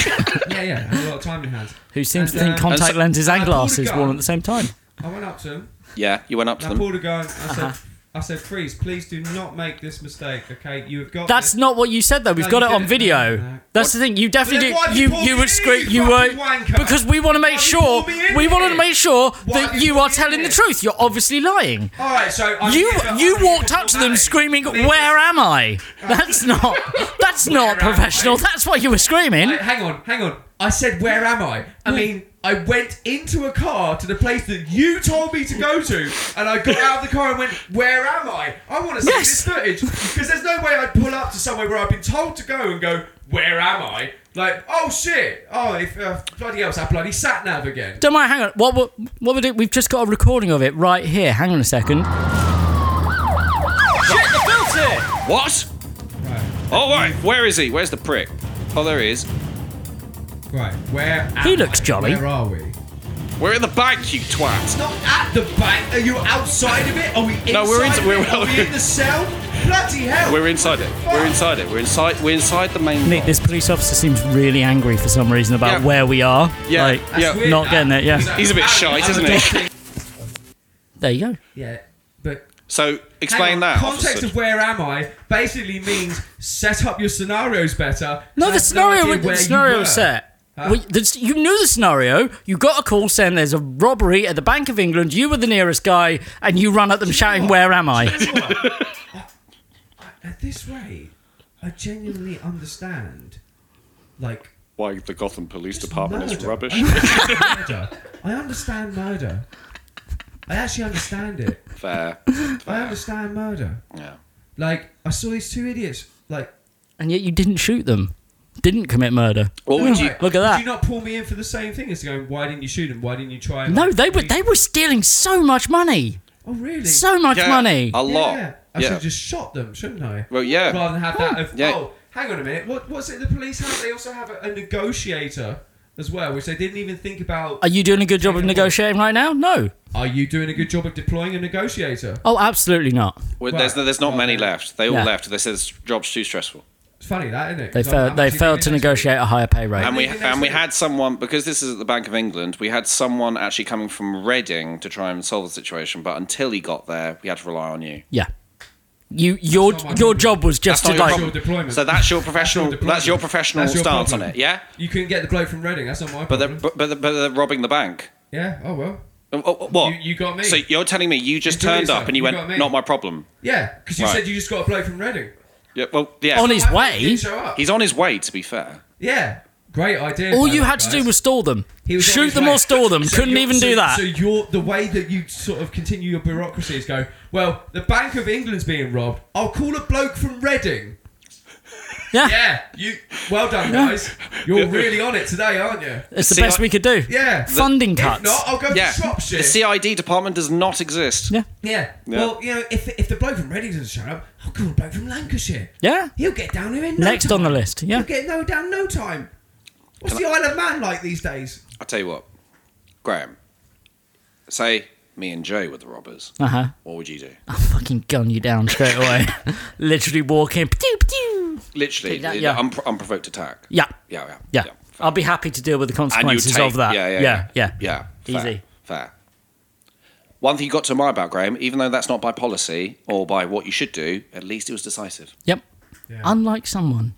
Yeah, yeah, had a lot of time in hands. Who seems to And, think um, contact and so- lenses and I pulled a glasses gun. worn at the same time? I went up to him. yeah, you went up to And I them. pulled a gun. and I Uh-huh. said, I said, please, please do not make this mistake. Okay, you have got. That's this. not what you said though. We've No, got you it on didn't. video. No. That's the thing. You definitely Well, then why'd did. you You pull you me were in, screaming. you You were fucking wanker? because we want to make Why'd you sure pull me in we want here? to make sure Why'd that you you pull are me in telling the here? truth. You're obviously lying. All right, so I'm You here, but you I'm walked here up to them for screaming, formality. "Where am I?" That's not that's not am I? professional. That's what you were screaming. Hey, hang on, hang on. I said, where am I? I mean, I went into a car to the place that you told me to go to, and I got out of the car and went, where am I? I want to see Yes. this footage because there's no way I'd pull up to somewhere where I've been told to go and go, where am I? Like, oh shit! Oh, if uh, bloody else, that bloody sat nav again. Don't mind. Hang on. What what what we do? We've just got a recording of it right here. Hang on a second. What? Right, Oh, right. Where is he? Where's the prick? Oh, there he is. right. Where? Am He looks I? jolly. Where are we? We're in the bank, you twat. Not at the bank. Are you outside of it? Are we inside? No, we're of into- we're- it? Are we in the cell? Bloody hell! We're inside it. We're inside it. We're inside. We're inside the main. Nick, this police officer seems really angry for some reason about Yeah. where we are. Yeah. Like, That's Yeah. weird, not that. getting it. Yeah. He's a bit shite, isn't he? There you go. Yeah, but So hang explain on, that. Context officer. of where am I basically means set up your scenarios better. No, have the scenario, idea was where the you scenario were. was set. We- the- you knew the scenario. You got a call saying there's a robbery at the Bank of England. You were the nearest guy, and you run at them shouting, "Where am I?" You know what? I- I- At this rate, I genuinely understand. Like Why the Gotham Police just Department is murder. rubbish. I understand murder. I understand murder. I actually understand it. Fair. I understand murder. Yeah. Like I saw these two idiots. Like And yet you didn't shoot them. Didn't commit murder. What would you? like, Look at that. Did you not pull me in for the same thing as going? Why didn't you shoot him? Why didn't you try? And, No, like, they were they were stealing so much money, Oh really? so much Yeah, money. A lot. Yeah. Yeah. I should have just shot them, shouldn't I? Well, yeah. Rather than have that. Of, Yeah. Oh, hang on a minute. What, what's it the police have? They also have a, a negotiator as well, which they didn't even think about. Are you doing a good job of Yeah. negotiating right now? No. Are you doing a good job of deploying a negotiator? Oh, absolutely not. Well, there's Right. there's not Well, many yeah. left. They all Yeah. left. They said this job's too stressful. It's funny that, isn't it? They 'Cause I'm- failed. I'm They actually failed to doing this next negotiate a higher pay rate. And we Maybe and next we week. had someone because this is at the Bank of England. We had someone actually coming from Reading to try and solve the situation, but until he got there, we had to rely on you. yeah. You your not my your problem. job was just to not your like problem. That's your deployment. So that's your professional. That's your, deployment. professional That's your stance problem. on it. Yeah. You couldn't get the bloke from Reading. That's not my But they're, problem. but, they're, but they're robbing the bank. yeah. Oh well. Oh, oh, what? You- you got me. So you're telling me you just You do turned yourself. up and you, You got me. went, "Not my problem." Yeah, because you Right. said you just got a bloke from Reading. Yeah. Well, yeah. On his Why way? didn't you show up? He's on his way. To be fair. Yeah. Great idea. all by you that, had to do guys. was stall them, He was on shoot his them way. or stall them. So Couldn't you're- even so- do that. So you're, the way that you sort of continue your bureaucracy is go, well, the Bank of England's being robbed. I'll call a bloke from Reading. Yeah. Yeah. You. Well done, guys. You're really on it today, aren't you? it's the See, best I- we could do. Yeah. Funding If cuts. not, I'll go Yeah. to Shropshire. The CID department does not exist. yeah. yeah. Well, you know, if, if the bloke from Reading doesn't show up, I'll call a bloke from Lancashire. Yeah. He'll get down here in no Next on the time. list. Yeah. He'll get no down no time. What's Can the Isle of Man like these days? I tell you what, Graham. Say me and Joe were the robbers. Uh huh. What would you do? I'll fucking gun you down straight away. Literally walk in. Pew, pew. Literally, Take that, the- the yeah. unpro- unprovoked attack. Yeah. Yeah, yeah, Yeah. I'll be happy to deal with the And you consequences take of that. Yeah, yeah, yeah. yeah, yeah. fair, Easy. fair. One thing you got to admire about Graham, even though that's not by policy or by what you should do, at least it was decisive. Yep. Unlike someone.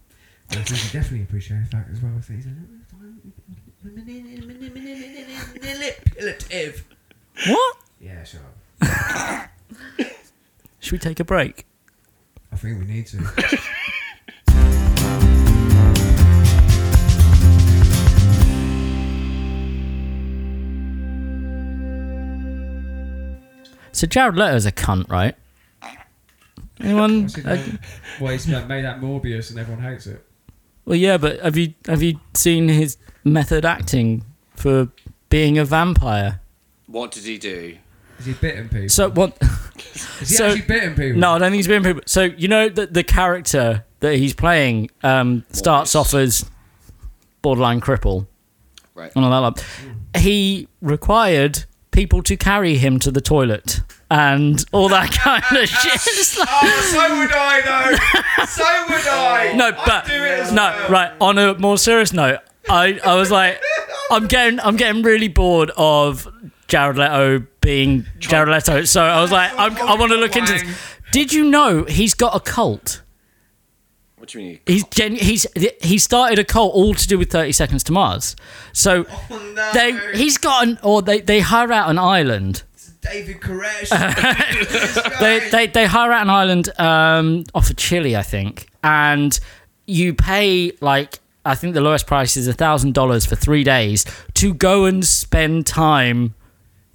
I think you definitely appreciate the fact as well if he's a little manipulative. What? Yeah, sure. Should we take a break? I think we need to. So Jared Leto's a cunt, right? Anyone? What's he uh, done? Well, he's made made that Morbius and everyone hates it. well, yeah, but have you have you seen his method acting for being a vampire? What did he do? Is he bitten people? So what? Is he so- actually bitten people? No, I don't think he's been. So you know that the character that he's playing um, starts Morbius. off as borderline cripple. Right. And all that lot. He required people to carry him to the toilet and all that kind of shit. It's like- Oh, so would I though. so would I. no, I'd but do it as no, well. right. On a more serious note, I, I was like, I'm getting I'm getting really bored of Jared Leto being Jared Leto. So I was like, I'm, I want to look into this. Did you know he's got a cult? What do you mean? He's gen- he's he started a cult all to do with Thirty Seconds to Mars. So Oh, no. they he's got an or they they hire out an island. David Koresh. They they they hire out an island um off of Chile, I think, and you pay like. I think the lowest price is thousand dollars for three days to go and spend time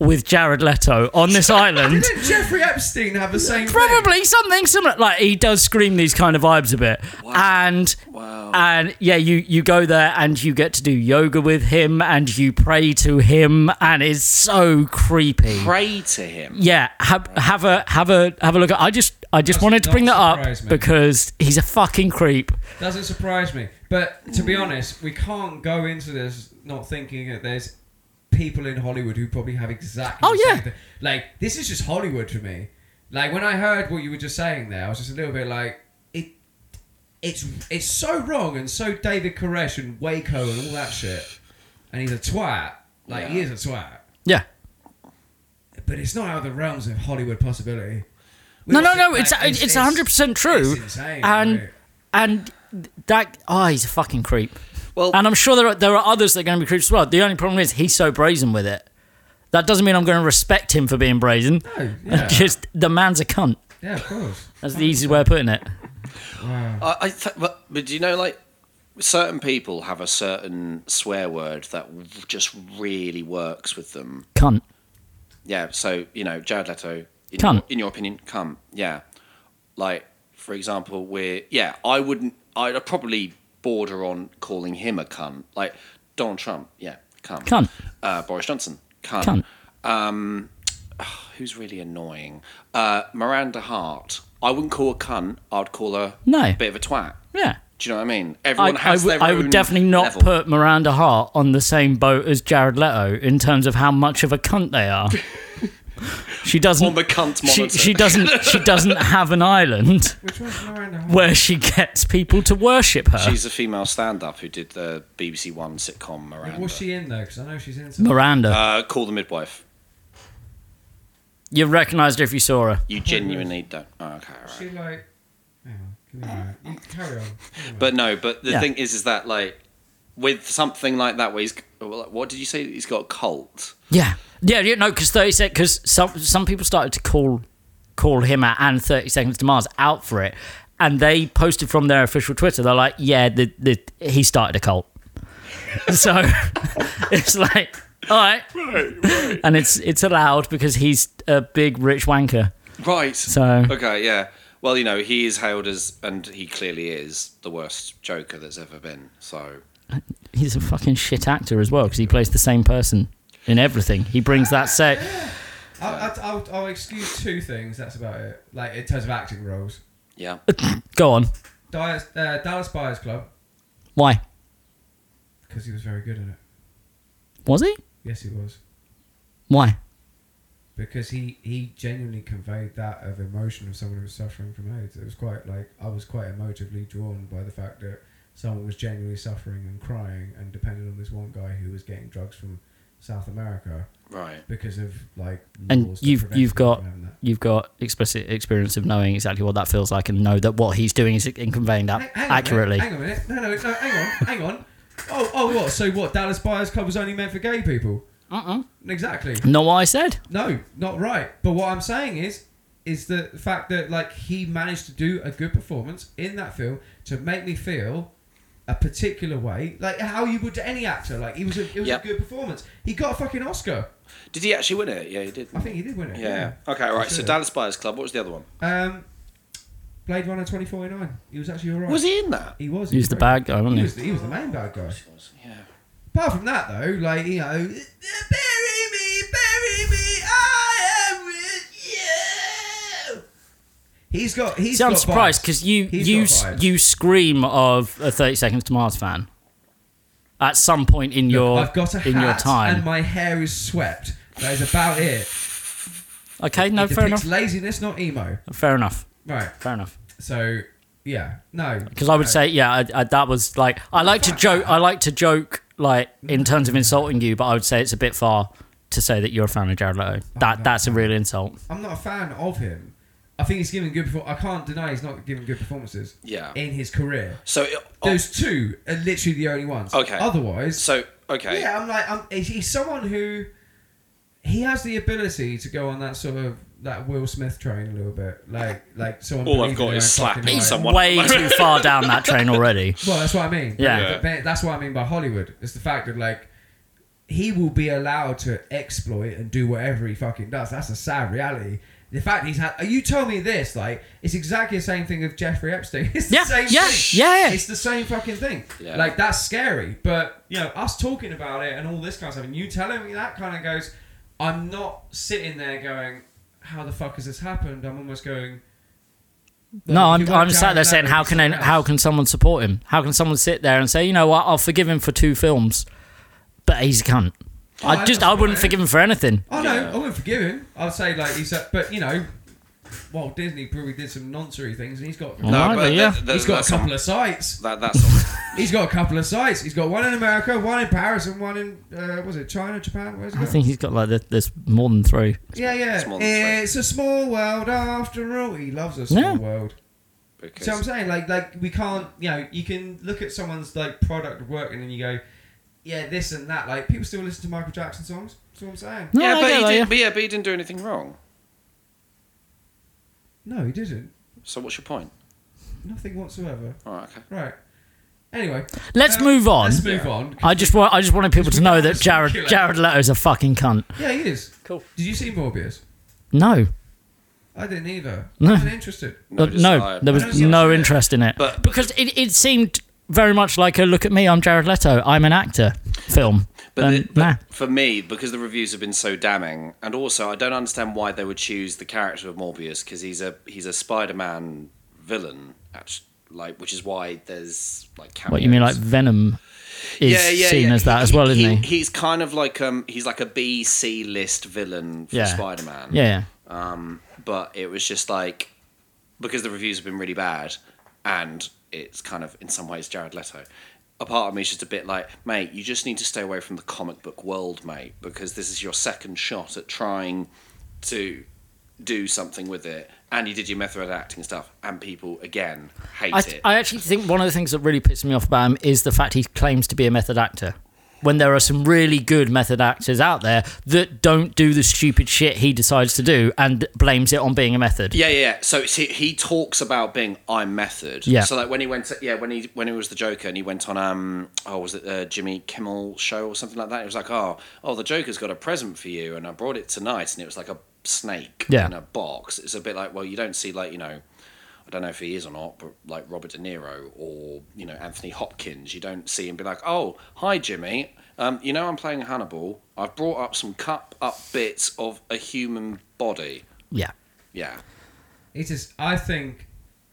with Jared Leto on this island. Didn't Jeffrey Epstein have the same thing? Probably something similar. Like he does scream these kind of vibes a bit, and Wow. and yeah, you you go there and you get to do yoga with him and you pray to him, and it's so creepy. Pray to him. Yeah, have, have a have a have a look. At, I just I just Does wanted to not bring that up surprise me. because he's a fucking creep. Doesn't surprise me. But to be honest, we can't go into this not thinking that there's people in Hollywood who probably have exactly Oh, the yeah. same thing. Like, this is just Hollywood for me. Like, when I heard what you were just saying there, I was just a little bit like, it, it's, it's so wrong and so David Koresh and Waco and all that shit. And he's a twat. Like, he is a twat. Yeah. But it's not out of the realms of Hollywood possibility. We No, no, just no. think, It's like, it's hundred percent true. it's insane, and right? and that oh, he's a fucking creep. Well, And I'm sure there are, there are others that are going to be creeps as well. The only problem is he's so brazen with it. That doesn't mean I'm going to respect him for being brazen. No, yeah. Just the man's a cunt. Yeah, of course. That's the easiest way of putting it. I, I th- but, but do you know, like, certain people have a certain swear word that w- just really works with them. Cunt. Yeah, so you know, Jared Leto, in, Cunt. Your, in your opinion, come, yeah. Like, for example, we're yeah, I wouldn't, I'd probably border on calling him a cunt. Like Donald Trump, yeah, cunt. Cunt. Uh, Boris Johnson, cunt. Cunt. Um, who's really annoying? Uh, Miranda Hart. I wouldn't call her cunt. I'd call her No. a bit of a twat. Yeah. Do you know what I mean? I, Everyone I, has w- their I own would definitely not level. put Miranda Hart on the same boat as Jared Leto in terms of how much of a cunt they are. She doesn't. On the cunt she, monitor. she doesn't. She doesn't have an island Which one's Lauren? where she gets people to worship her. She's a female stand-up who did the BBC One sitcom Miranda. Was she in though? Because I know she's in. Some... Miranda. Uh, call the midwife. you recognised her if you saw her. You genuinely don't. Oh, okay, all right. She like. Hang on, give me a minute. You carry on. Give me a minute. But no, but the Yeah. thing is, is that like with something like that, where he's what did you say? He's got a cult. Yeah. Yeah. You know, because thirty seconds. Because some some people started to call call him out and Thirty Seconds to Mars out for it, and they posted from their official Twitter. They're like, "Yeah, the, the he started a cult." so it's like, all right. and it's it's allowed because he's a big rich wanker. Right. So- okay, yeah. Well, you know, he is hailed as, and he clearly is the worst Joker that's ever been. So He's a fucking shit actor as well because he plays the same person in everything. He brings that set. I'll, I'll, I'll, I'll excuse two things. That's about it. Like in terms of acting roles, yeah, Go on. Dallas, uh, Dallas Buyers Club Why because he was very good at it. was he? Yes, he was Why? because he he genuinely conveyed that of emotion of someone who was suffering from AIDS. It was quite like I was quite emotively drawn by the fact that someone was genuinely suffering and crying and depended on this one guy who was getting drugs from South America right. because of like And laws that you've prevent you've people got from having that. you've got explicit experience of knowing exactly what that feels like and know that what he's doing is in conveying that Hang- hang on a minute, accurately. hang on a minute. No, no, no. Hang on. hang on. Oh, oh, what? So what? Dallas Buyers Club was only meant for gay people. Uh-uh. Exactly. Not what I said. No, not right. But what I'm saying is, is the fact that like he managed to do a good performance in that film to make me feel a particular way, like how you would to any actor. Like he was a, it was Yep. a good performance. He got a fucking Oscar. Did he actually win it? Yeah, he did. I think he did win it. Yeah. Okay, all right. So Sure. Dallas Buyers Club. What was the other one? Um, Blade Runner 2049. He was actually alright. Was he in that? He was. He was the bad guy, wasn't He he? was the, he was the main bad guy. Yeah. Apart from that, though, like you know, bury me, bury me, I am with you. He's got. He's See, I'm got surprised vibes. because you He's you got s- vibes. you scream of a 30 Seconds to Mars fan at some point in your I've got a in hat your and time. my hair is swept. That is about it. okay, no, it fair enough. depicts laziness, not emo. Fair enough. Right. Fair enough. So yeah, no. Because I would say, yeah, I, I, that was like I like to joke. I like to joke like in terms of insulting you, but I would say it's a bit far to say that you're a fan of Jared Leto. That no, that's a real insult. I'm not a fan of him. I think he's giving good. Perfor- I can't deny he's not giving good performances. Yeah. In his career, So it, oh, those two are literally the only ones. Okay. Otherwise, so okay. Yeah, I'm like, I'm, he's- he's someone who he has the ability to go on that sort of that Will Smith train a little bit, like like someone. All I've believing got in is their own slapping fucking life. someone. Way too far down that train already. Well, that's what I mean. Yeah. Yeah. But that's what I mean by Hollywood. It's the fact that like he will be allowed to exploit and do whatever he fucking does. That's a sad reality. The fact he's had. You tell me this, like it's exactly the same thing with Jeffrey Epstein. It's the Yeah, same yeah, thing. yeah, yeah. It's the same fucking thing. Yeah. Like that's scary. But you know, us talking about it and all this kind of stuff, and you telling me that kind of goes. I'm not sitting there going, "How the fuck has this happened?" I'm almost going. No, "Well, I'm, you want I'm sat Jared there saying, Leto how to can I, something how else." can someone support him? How can someone sit there and say, you know what, I'll forgive him for two films, but he's a cunt. I Oh, just that's I wouldn't right. forgive him for anything. Oh Yeah. no, I wouldn't forgive him. I'd say like he's, a, but you know, Walt Disney probably did some noncery things, and he's got No, but yeah. he's got that's a couple not- of sites. That, that's not- He's got a couple of sites. He's got one in America, one in Paris, and one in uh, what was it China, Japan? Where's it? I got? think he's got like th- there's more than three. yeah, yeah. Small three. it's a small world after all. He loves a small Yeah. world. because- So I'm saying, like, like we can't, you know, you can look at someone's like product of work, and then you go, yeah, this and that. Like, people still listen to Michael Jackson songs. That's what I'm saying. No, yeah, I but get he that, did, yeah. but yeah, but he didn't do anything wrong. No, he didn't. So what's your point? Nothing whatsoever. All right, okay. Right. Anyway. Let's Uh, move on. Uh, Let's move on. I just want I just wanted people to know that It's Jared ridiculous. Jared Leto's a fucking cunt. Yeah, he is. Cool. Did you see Morbius? No, I didn't either. No. I wasn't interested. no, just no tired. there I don't was see no it. interest in it. But- because it, it seemed very much like a look at me, I'm Jared Leto, I'm an actor film. But, And, the- but nah. for me, because the reviews have been so damning, and also I don't understand why they would choose the character of Morbius because he's a he's a Spider-Man villain, actually, like which is why there's like cameos. What you mean like Venom is seen as that as well, isn't he? He's kind of like um he's like a B C list villain for Yeah. Spider-Man. Yeah, Um, but it was just like because the reviews have been really bad, and it's kind of in some ways Jared Leto. A part of me is just a bit like, mate, you just need to stay away from the comic book world, mate, because this is your second shot at trying to do something with it, and you did your method acting stuff, and people again hate I, it. I actually think one of the things that really pisses me off about him is the fact he claims to be a method actor. When there are some really good method actors out there that don't do the stupid shit he decides to do and blames it on being a method. Yeah, yeah. yeah. So see, he talks about being I'm method. Yeah. So like when he went, to, yeah, when he when he was the Joker and he went on um oh was it the Jimmy Kimmel show or something like that? It was like oh oh the Joker's got a present for you and I brought it tonight and it was like a snake Yeah. in a box. It's a bit like well you don't see like you know. I don't know if he is or not, but like Robert De Niro or you know Anthony Hopkins, you don't see him be like, "Oh, hi Jimmy. Um, you know I'm playing Hannibal. I've brought up some cut up bits of a human body." Yeah. Yeah, It is. I think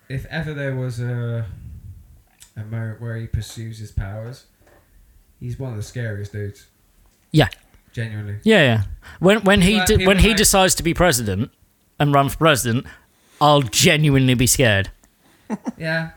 if ever there was a a moment where he pursues his powers, he's one of the scariest dudes. Yeah. Genuinely. Yeah, yeah. When when he Like, de- people when he like- decides to be president and run for president, I'll genuinely be scared. Yeah.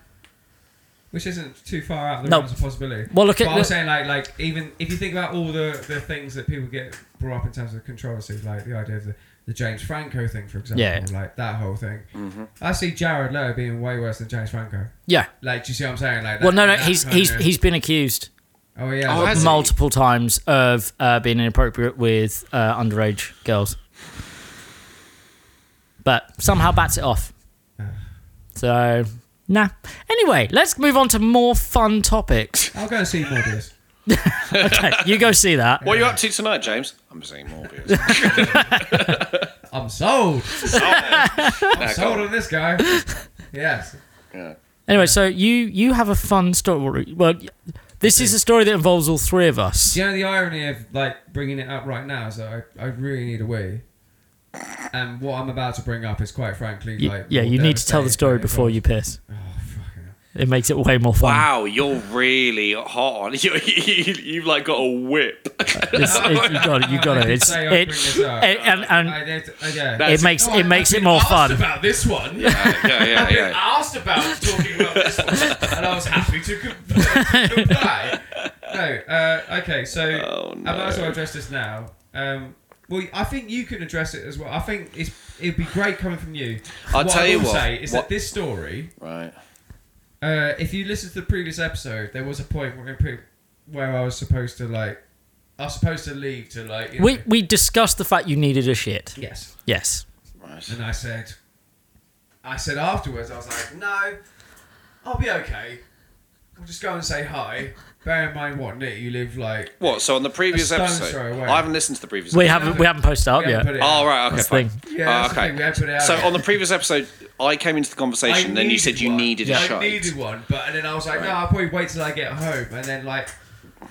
Which isn't too far out of the No. realms of possibility. Well, look at but I'm the- saying like like even if you think about all the, the things that people get brought up in terms of controversy, like the idea of the, the James Franco thing, for example, Yeah. like that whole thing. Mm-hmm. I see Jared Leto being way worse than James Franco. Yeah. Like, do you see what I'm saying? Like, Well, that- no, no. that He's kind he's of- he's been accused Oh yeah. Oh, has he? multiple times of uh, being inappropriate with uh, underage girls, but somehow bats it off. So, nah. Anyway, let's move on to more fun topics. I'll go and see Morbius. Okay, you go see that. What are you up to tonight, James? I'm seeing Morbius. I'm sold. Nah, go sold on. on this guy. Yes. Yeah. Anyway, so you you have a fun story. Well, this is a story that involves all three of us. Do you know the irony of like bringing it up right now is that I, I really need a wee. And what I'm about to bring up is quite frankly You- like yeah, more you need to tell the devastating story than it before was. you piss. Oh fucking hell. It makes it way more fun. Wow, you're really hot on. You, you, you've like got a whip. It's, it, you got it. You got I it. did It's say I'd it, bring this up. it- and, and I did, I- yeah. it That's- makes No, it I've makes it been more asked fun. about this one. yeah, yeah, yeah, been yeah. asked about talking about this one, and I was happy to compl- comply. No, uh, okay, so Oh, I might as no. well address this now. Um, well, I think you can address it as well. I think it's, it'd be great coming from you. I'll what tell I you will what, say is what- that this story, Right. uh, if you listen to the previous episode, there was a point where, pre- where I was supposed to like, I was supposed to leave to like. you We know- we discussed the fact you needed a shit. yes. Yes. Right. And I said, I said afterwards, I was like, no, I'll be okay. I'll just go and say hi. Bear in mind what Nick, you live like. What? So on the previous stone's episode, throw away. I haven't listened to the previous. We episode. haven't we haven't posted up we yet. haven't put it Oh out. right. Okay. That's Fine. the Yeah, Ah, that's the okay. thing, we haven't put it out So yet. on the previous episode, I came into the conversation. Then you needed said you one. needed Yeah. a I shite. needed one, but and then I was like, no, Right. I'll probably wait till I get home, and then like,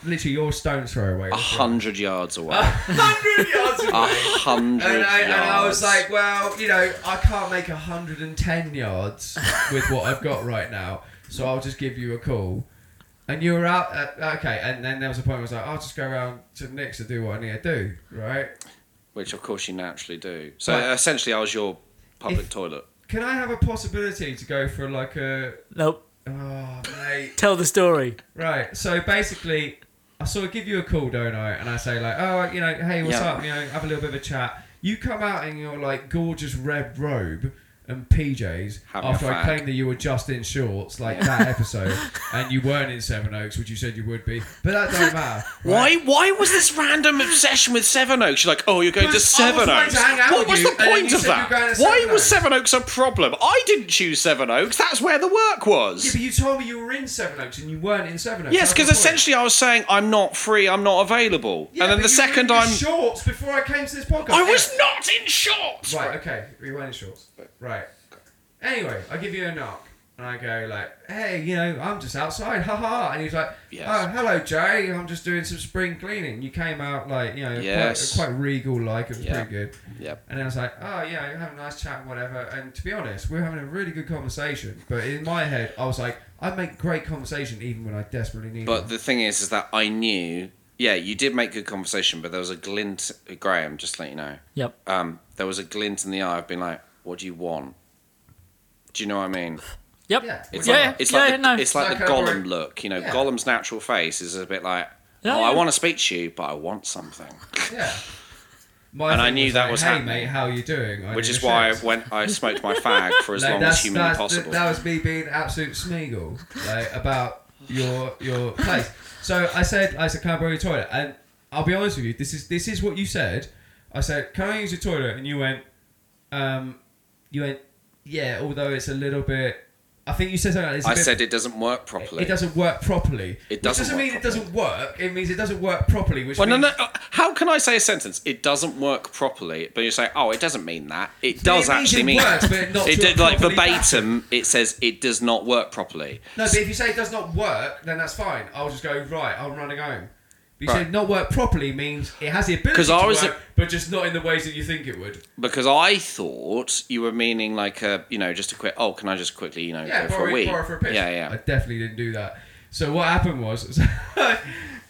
literally, your stone's throw away. a hundred yards away. A A hundred yards away. hundred And I, yards. and I was like, well, you know, I can't make 110 yards with what I've got right now, so I'll just give you a call. And you were out, uh okay, and then there was a point where I was like, I'll just go around to Nick's to do what I need to do, right? which of course you naturally do. So Right. essentially essentially, I was your public If- toilet. Can I have a possibility to go for like a, Nope. oh, mate. Tell the story. Right, so basically, I sort of give you a call, don't I? And I say, like, oh, you know, hey, what's Yeah. up? You know, have a little bit of a chat. You come out in your, like, gorgeous red robe and PJs Having a after I fag. claimed that you were just in shorts, like that episode, and you weren't in Seven Oaks, which you said you would be. But that don't matter. Why? Why was this random obsession with Seven Oaks? You're like, oh, you're going to Because I was Seven trying Oaks. to hang out What with was you, the and then point you of said you that? were going to Why Seven was Oaks. Seven Oaks a problem? I didn't choose Seven Oaks. That's where the work Yeah, was. but you told me you were in Seven Oaks and you weren't in Seven Oaks. yes, That's because my point. essentially I was saying I'm not free. I'm not available. Yeah, and then but the you were in second your I'm, Shorts before I came to this podcast. I was Yeah. not in shorts. Right, okay, we went in shorts. Right. Anyway, I give you a knock. And I go like, hey, you know, I'm just outside, haha. And he's like, Yes. oh, hello, Jay. I'm just doing some spring cleaning. You came out like, you know, Yes. quite, quite regal like. It was Yeah. pretty good. Yep. And I was like, oh yeah, you have a nice chat, whatever. And to be honest, we were having a really good conversation. But in my head, I was like, I make great conversation even when I desperately need. But one. the thing is, is that I knew yeah, you did make good conversation, but there was a glint, Graham, just to let you know. Yep. Um, there was a glint in the eye of being like, what do you want? Do you know what I mean? Yep. Yeah. It's yeah, like, yeah, it's yeah, like yeah, the, no. it's like Like the how Gollum we're- look. You know, Yeah. Gollum's natural face is a bit like, Yeah, oh, yeah. I want to speak to you, but I want something. Yeah. My And I thing knew that like, was hey, happening. mate, how you doing? I Which need is a why I shit." went, I smoked my fag for as Like, long that's- as humanly that's- possible. That was me being absolute smeagol like, about your your place. So I said, I said, can I borrow your toilet? And I'll be honest with you, this is this is what you said. I said, can I use your toilet? And you went, um, you went, yeah. Although it's a little bit, I think you said something. Like, it's a I bit, said it doesn't work properly. it doesn't work properly. It Which doesn't doesn't work mean it doesn't work. It means it doesn't work properly. Which well, no, means no. uh, How can I say a sentence? It doesn't work properly, but you say, "Oh, it doesn't mean that." It does means actually it mean. works, that. but it not it to did a like properly verbatim. It says it does not work properly. No, but if you say it does not work, then that's fine. I'll just go right. I'm running home. But you Right. say not work properly means it has the ability 'Cause to I was- work, but just not in the ways that you think it would. Because I thought you were meaning like a, you know, just a quick. Oh, can I just quickly, you know, Yeah, go for borrow, a wee? borrow for a piss. Yeah, I yeah. definitely didn't do that. So what happened was, so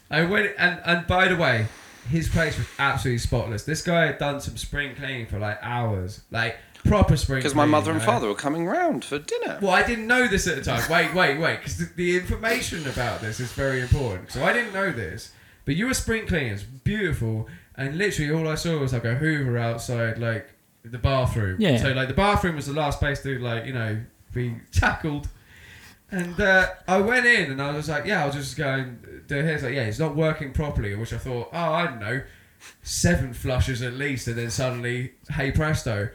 I went and and by the way, his place was absolutely spotless. This guy had done some spring cleaning for like hours, like proper spring. Because my cleaning, mother and right? father were coming round for dinner. Well, I didn't know this at the time. Wait, wait, wait, because the, the information about this is very important. So I didn't know this, but you were spring cleaning, it's beautiful, and literally all I saw was like a Hoover outside, like the bathroom. Yeah. So like the bathroom was the last place to like you know be tackled, and uh, I went in and I was like, yeah, I'll just go and do it. It's like, yeah, it's not working properly, which I thought, oh, I don't know, seven flushes at least, and then suddenly, hey presto.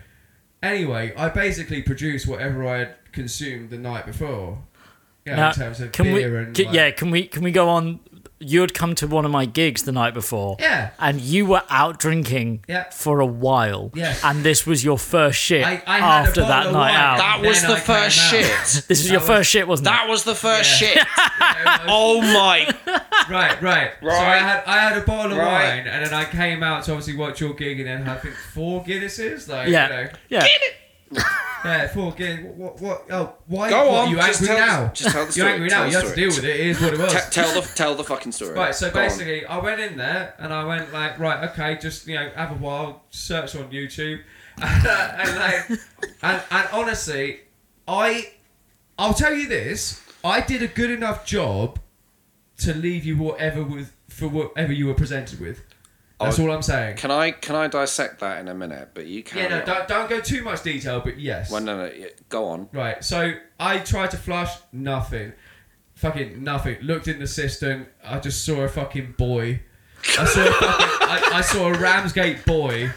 Anyway, I basically produced whatever I had consumed the night before. Yeah, Now, in terms of can we? beer and ca- like- yeah, can we? Can we go on? You had come to one of my gigs the night before. Yeah. And you were out drinking Yeah. for a while. Yeah. And this was your first shit I- I had a after bottle that of night wine. out. that Then was the I came first out. this shit. was your was- first shit, wasn't that was the first Yeah. shit. oh my! right, right, So I Right. had I had a bottle of Right. wine, and then I came out to obviously watch your gig, and then had, I think four Guinnesses, like it? you know, Yeah. Yeah. yeah, four Guinness. What, what, oh, why? Go what, on, you just angry tell the- now? just tell the You're story, angry tell now. the You have to story. deal with it. It is what it was. T- tell the tell the fucking story. Right, so Go on. basically, I went in there and I went like, right, okay, just you know, have a while, search on YouTube, and like, and, and honestly, I, I'll tell you this, I did a good enough job to leave you whatever with for whatever you were presented with. That's Oh, all I'm saying. Can I can I dissect that in a minute? But you can. Yeah, no, don't, don't go too much detail, but yes. Well, no, no, yeah, go on. Right, so I tried to flush, nothing. Fucking nothing. Looked in the cistern, I just saw a fucking boy. I saw a fucking, I, I saw a Ramsgate boy,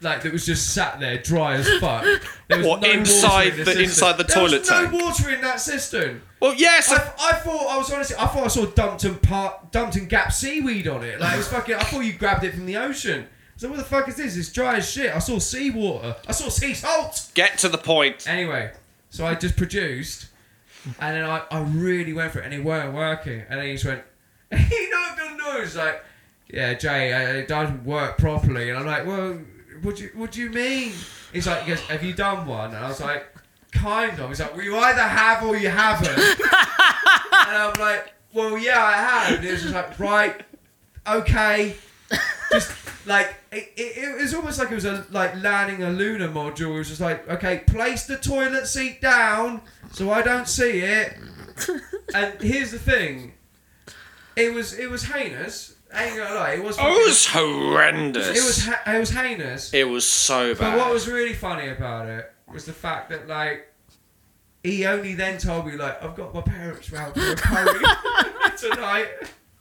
like that was just sat there, dry as fuck. There was What, water in inside the- cistern. inside the toilet There was tank? no water in that cistern. Well, yes. I, I thought I was honestly, I thought I saw Dumpton Park, Dumpton Gap seaweed on it. Like it was fucking. I thought you grabbed it from the ocean. So what the fuck is this? It's dry as shit. I saw seawater. I saw sea salt. Get to the point. Anyway, so I just produced, and then I, I really went for it, and it weren't working. And then he just went, he knocked on the door, he's like, yeah, Jay, uh, it doesn't work properly. And I'm like, well, what do you, what do you mean? He's like, he goes, have you done one? And I was like, kind of. He's like, well, you either have or you haven't. and I'm like, well, yeah, I have. And he was just like, right, okay. Just like it, it, it was almost like it was a like landing a lunar module. It was just like, okay, place the toilet seat down so I don't see it. and here's the thing, it was it was heinous. I ain't gonna lie, it was. Oh, it was it horrendous. was ha- it was heinous. It was so bad. But what was really funny about it was the fact that like he only then told me like I've got my parents round for a curry tonight.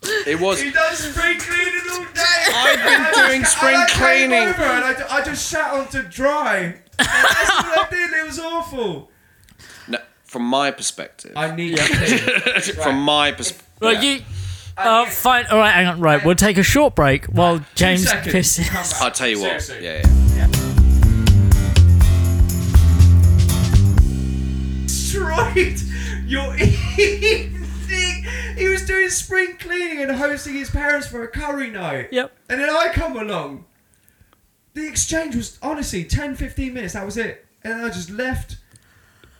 it was. He does spring cleaning all day. I've been And I just- doing spring and I came cleaning. Over and I, d- I just sat on to dry. And that's all I did. It was awful. No, from my perspective. I need to clean. from my perspective. Well, you. Uh, fine. All right, hang on. Right, we'll take a short break while James seconds. pisses. Come back. I'll tell you what. Seriously. Yeah, yeah. destroyed your evening. He was doing spring cleaning and hosting his parents for a curry night. Yep. And then I come along. The exchange was honestly 10, 15 minutes. That was it. And then I just left.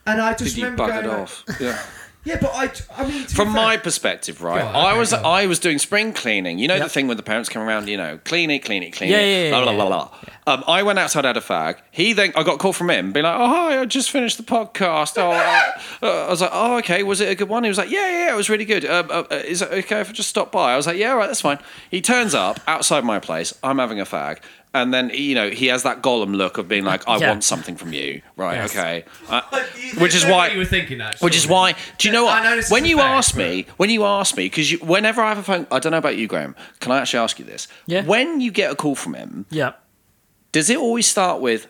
And I just Did you remember bug it going like, off? Yeah. Yeah, but I, I mean, to be From fair- my perspective, right? Go on, I okay, was go on. I was doing spring cleaning. You know the Yep. thing when the parents come around, you know, clean it, clean it, clean Yeah, yeah, it. yeah, la, yeah. la, la, la. Um, I went outside had a fag. He then I got a call from him, being like, "Oh hi, I just finished the podcast." Oh, uh, uh, I was like, "Oh okay, was it a good one?" He was like, "Yeah, yeah, yeah, it was really good. Um, uh, uh, is it okay if I just stop by?" I was like, "Yeah, all right, that's fine." He turns up outside my place. I'm having a fag. And then you know he has that golem look of being like, "I Yeah. want something from you, right? Yes. Okay." Uh, Like, you- which is you know why what you were thinking that. which is why, do you know I know this what? is When a you fact, ask me, when you ask me, because whenever I have a phone, I don't know about you, Graham. Can I actually ask you this? Yeah. When you get a call from him, Yeah. does it always start with,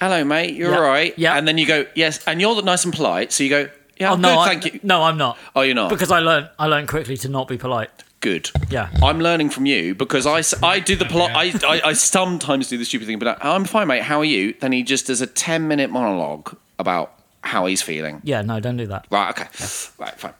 "Hello, mate, you're Yeah. all right," Yeah. and then you go, "Yes," and you're nice and polite, so you go, "Yeah, Oh, I'm no, good, I, thank you." No, I'm not. Oh, you're not. Because I learned I learned quickly to not be polite. good. Yeah. I'm learning from you because I, s- I do the plot. I, I, I sometimes do the stupid thing, but I, I'm fine, mate. How are you? Then he just does a 10 minute monologue about how he's feeling. Yeah, no, don't do that. Right. Okay. Right. Fine.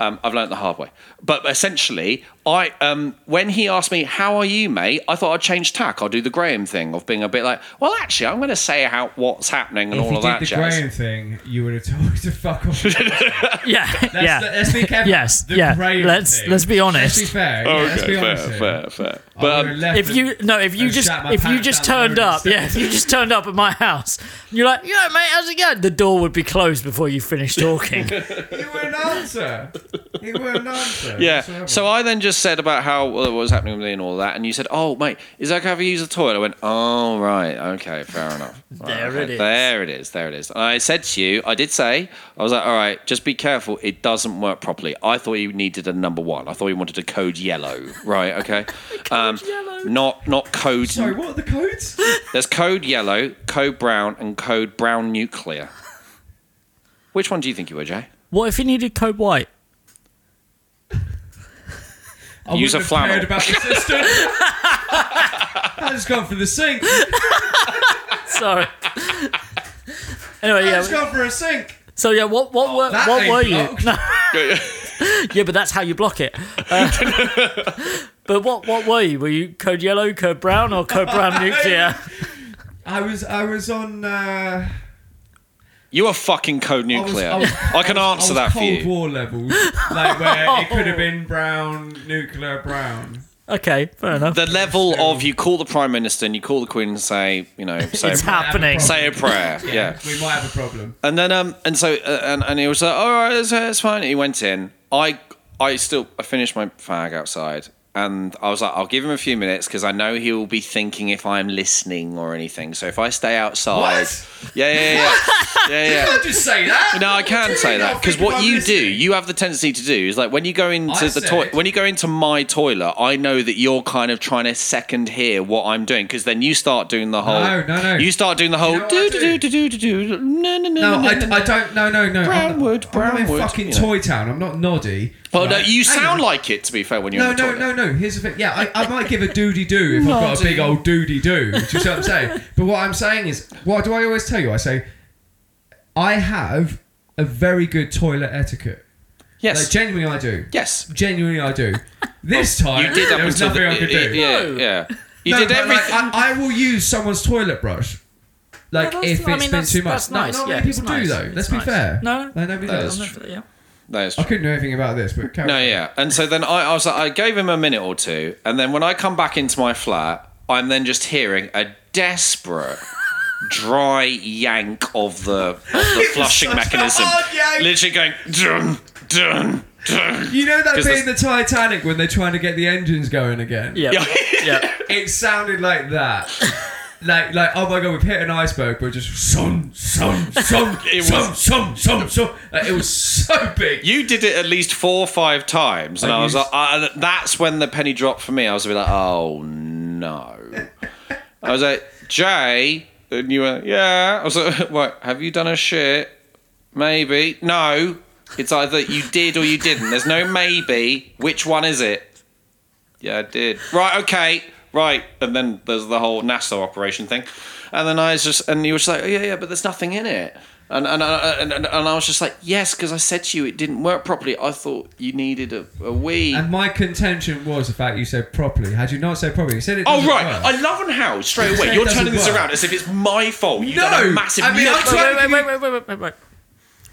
Um, I've learned the hard way. But essentially, I um, when he asked me how are you, mate, I thought I'd change tack. I'll do the Graham thing of being a bit like, well, actually, I'm going to say how what's happening and If all you of that did the jazz. Graham thing, you would have told me to fuck off. Let's, Yeah. yeah. let's be careful. yes. The yeah. Graham let's thing. let's be Let's be honest. fair. yeah, let's be honest. fair, here. fair, fair. I But would have um, left if and- you no, if you and just shat my if you pants just down the turned road and up, yeah, if you just turned up at my house, and you're like, yeah, mate, how's it going? The door would be closed before you finished talking. You wouldn't answer. You wouldn't answer. yeah. So I then just said about how well, what was happening with me and all that, and you said, "Oh, mate, is that okay if I use the toilet?" I went, "Oh, right, okay, fair enough." Right, There okay, it is. There it is. There it is. And I said to you, I did say, I was like, "All right, just be careful. It doesn't work properly." I thought you needed a number one. I thought you wanted a code yellow. Right. Okay. code yellow. Not not code. Sorry, what are the codes? There's code yellow, code brown, and code brown nuclear. Which one do you think you were, Jay? what if you needed code white? I wouldn't Use a have flannel. cared about the system. I just gone for the sink. Sorry. anyway, I yeah. just gone for a sink. So yeah, what what were Oh, that what ain't were you? blocked. No, yeah, but that's how you block it. Uh, but what what were you? Were you code yellow, code brown, or code brown nuclear? I was I was on. Uh, You are fucking code I, was, nuclear. I, I, was, can I was- answer I was that for Cold you. War levels, like where it could have been brown, nuclear brown. Okay, fair enough. the level of you call the prime minister and you call the queen and say, you know, say, a, It's prayer. happening. Have a say a prayer, yeah. we might have a problem. And then um, and so uh, and and he was like, all right, it's, it's fine. He went in. I I still I finished my fag outside. And I was like, I'll give him a few minutes because I know he will be thinking if I'm listening or anything. So if I stay outside, What? yeah, yeah, yeah, yeah, Oh, yeah. I just say that. No, I can Do say you that not because think what I'm you do, listening? you have the tendency to do is like when you go into I the said- toilet, when you go into my toilet, I know that you're kind of trying to second hear what I'm doing because then you start doing the whole, No, no, no. you start doing the whole know what do I do do do? do do do no no no No, no. I, no, I don't. No, no, no. I'm not- Brownwood, I'm not in Brownwood, fucking you know. Toy Town. I'm not Noddy. Well, no, Like, you hang sound on. like it. To be fair, when you're No, in the no, toilet. no, no. Here's the thing. Yeah, I, I might give a doody do if I've got a big old doody do. Do you see what I'm saying? But what I'm saying is, what do I always tell you? I say, I have a very good toilet etiquette. Like, Yes, genuinely, I do. yes. Genuinely, I do. This time, You did up there was until nothing the, I could do. yeah, No. yeah. You No, did but, like, everything. I, I will use someone's toilet brush. Like No, that's- if it's I mean, been that's- too much. that's No, nice, Not yeah, many it's people nice, do though. it's Let's be nice. fair. No, like, nobody That does. is I'm not- Oh, yeah. that is I true. couldn't do anything about this, but carry No, on. yeah. And so then I, I was like, I gave him a minute or two, and then when I come back into my flat, I'm then just hearing a desperate. Dry yank of the, of the flushing such a mechanism, hard yank. literally going dun dun dun. You know that 'Cause bit in the Titanic when they're trying to get the engines going again? Yeah. Yeah. yeah. It sounded like that. like like oh my god, we've hit an iceberg, but just sun, sun, sun, It sun, was- sun, sun, sun. Like, it was so big. You did it at least four or five times, and I, I was used- like, I, that's when the penny dropped for me. I was a bit like, oh no. I was like, Jay, and you were, yeah. I was like, what? Have you done a shit? Maybe. No. It's either you did or you didn't. There's no maybe. Which one is it? Yeah, I did. Right, okay, right. And then there's the whole NASA operation thing. And then I was just, and you were just like, oh, yeah, yeah, but there's nothing in it. And and, and, and, and I was just like, yes, because I said to you it didn't work properly. I thought you needed a, a wee. And my contention was the fact you said properly. Had you not said properly, you said it. Oh doesn't right! work. I love and how straight away It you're doesn't turning this work. around as if it's my fault. You've done a No! massive. I mean, I'm No, trying- Wait, wait, wait, wait, wait, wait, wait.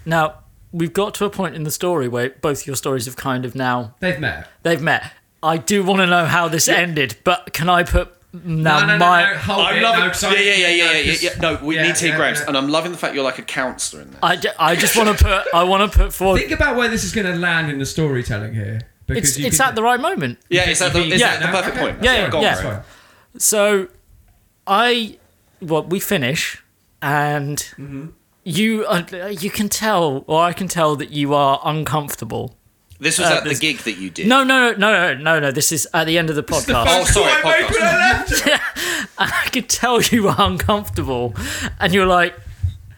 Now, we've got to a point in the story where both your stories have kind of now They've met. they've met. I do want to know how this ended, but can I put now No, no, no, my no, hold I'm it, loving. no, sorry, yeah, yeah, yeah, yeah, yeah, 'cause- yeah. No, we yeah, need to hear yeah, Graham's, yeah. and I'm loving the fact you're like a counsellor in this. I, ju- I just want to put I want to put forward. Think about where this is going to land in the storytelling here. Because It's you it's could- at the right moment. yeah, is that the, is Yeah, that the no, perfect okay. point? Yeah, yeah, go on, yeah. Graham. Sorry. So I well we finish and Mm-hmm. you are, you can tell or I can tell that you are uncomfortable. This was Uh, at the this- gig that you did. No no no no no no this is at the end of the It's the podcast. Oh, first sorry, time I made when I left. I could tell you were uncomfortable, and you're like,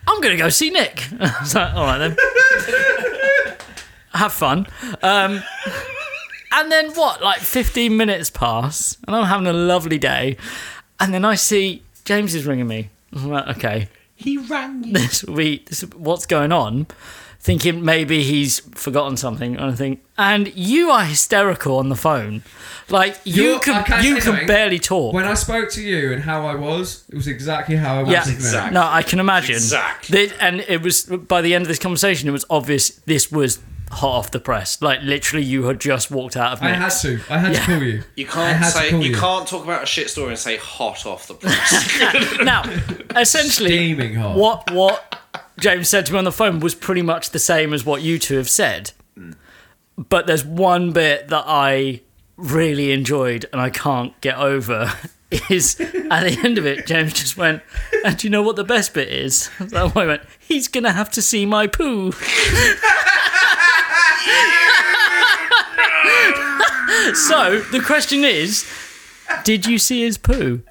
"I'm gonna go see Nick." I was like, "All right then, have fun." Um, and then what? Like 15 minutes pass, and I'm having a lovely day, and then I see James is ringing me. I'm like, "Okay, he rang you. this will be this. What's going on?" Thinking maybe he's forgotten something or anything, and you are hysterical on the phone, like you You're- can I can't you say can something. barely talk. When I spoke to you and how I was, it was exactly how I was. Yeah. then. Exactly. No, I can imagine. Exactly. Th- and it was by the end of this conversation, it was obvious this was hot off the press. Like literally, you had just walked out of I Nick's. had to. I had to call you. You I can't had to say call you, can't talk about a shit story and say hot off the press. now, essentially, Steaming hot. what what James said to me on the phone was pretty much the same as what you two have said. But there's one bit that I really enjoyed and I can't get over. Is at the end of it, James just went, and do you know what the best bit is? At That point, I went, he's gonna have to see my poo. so the question is, did you see his poo?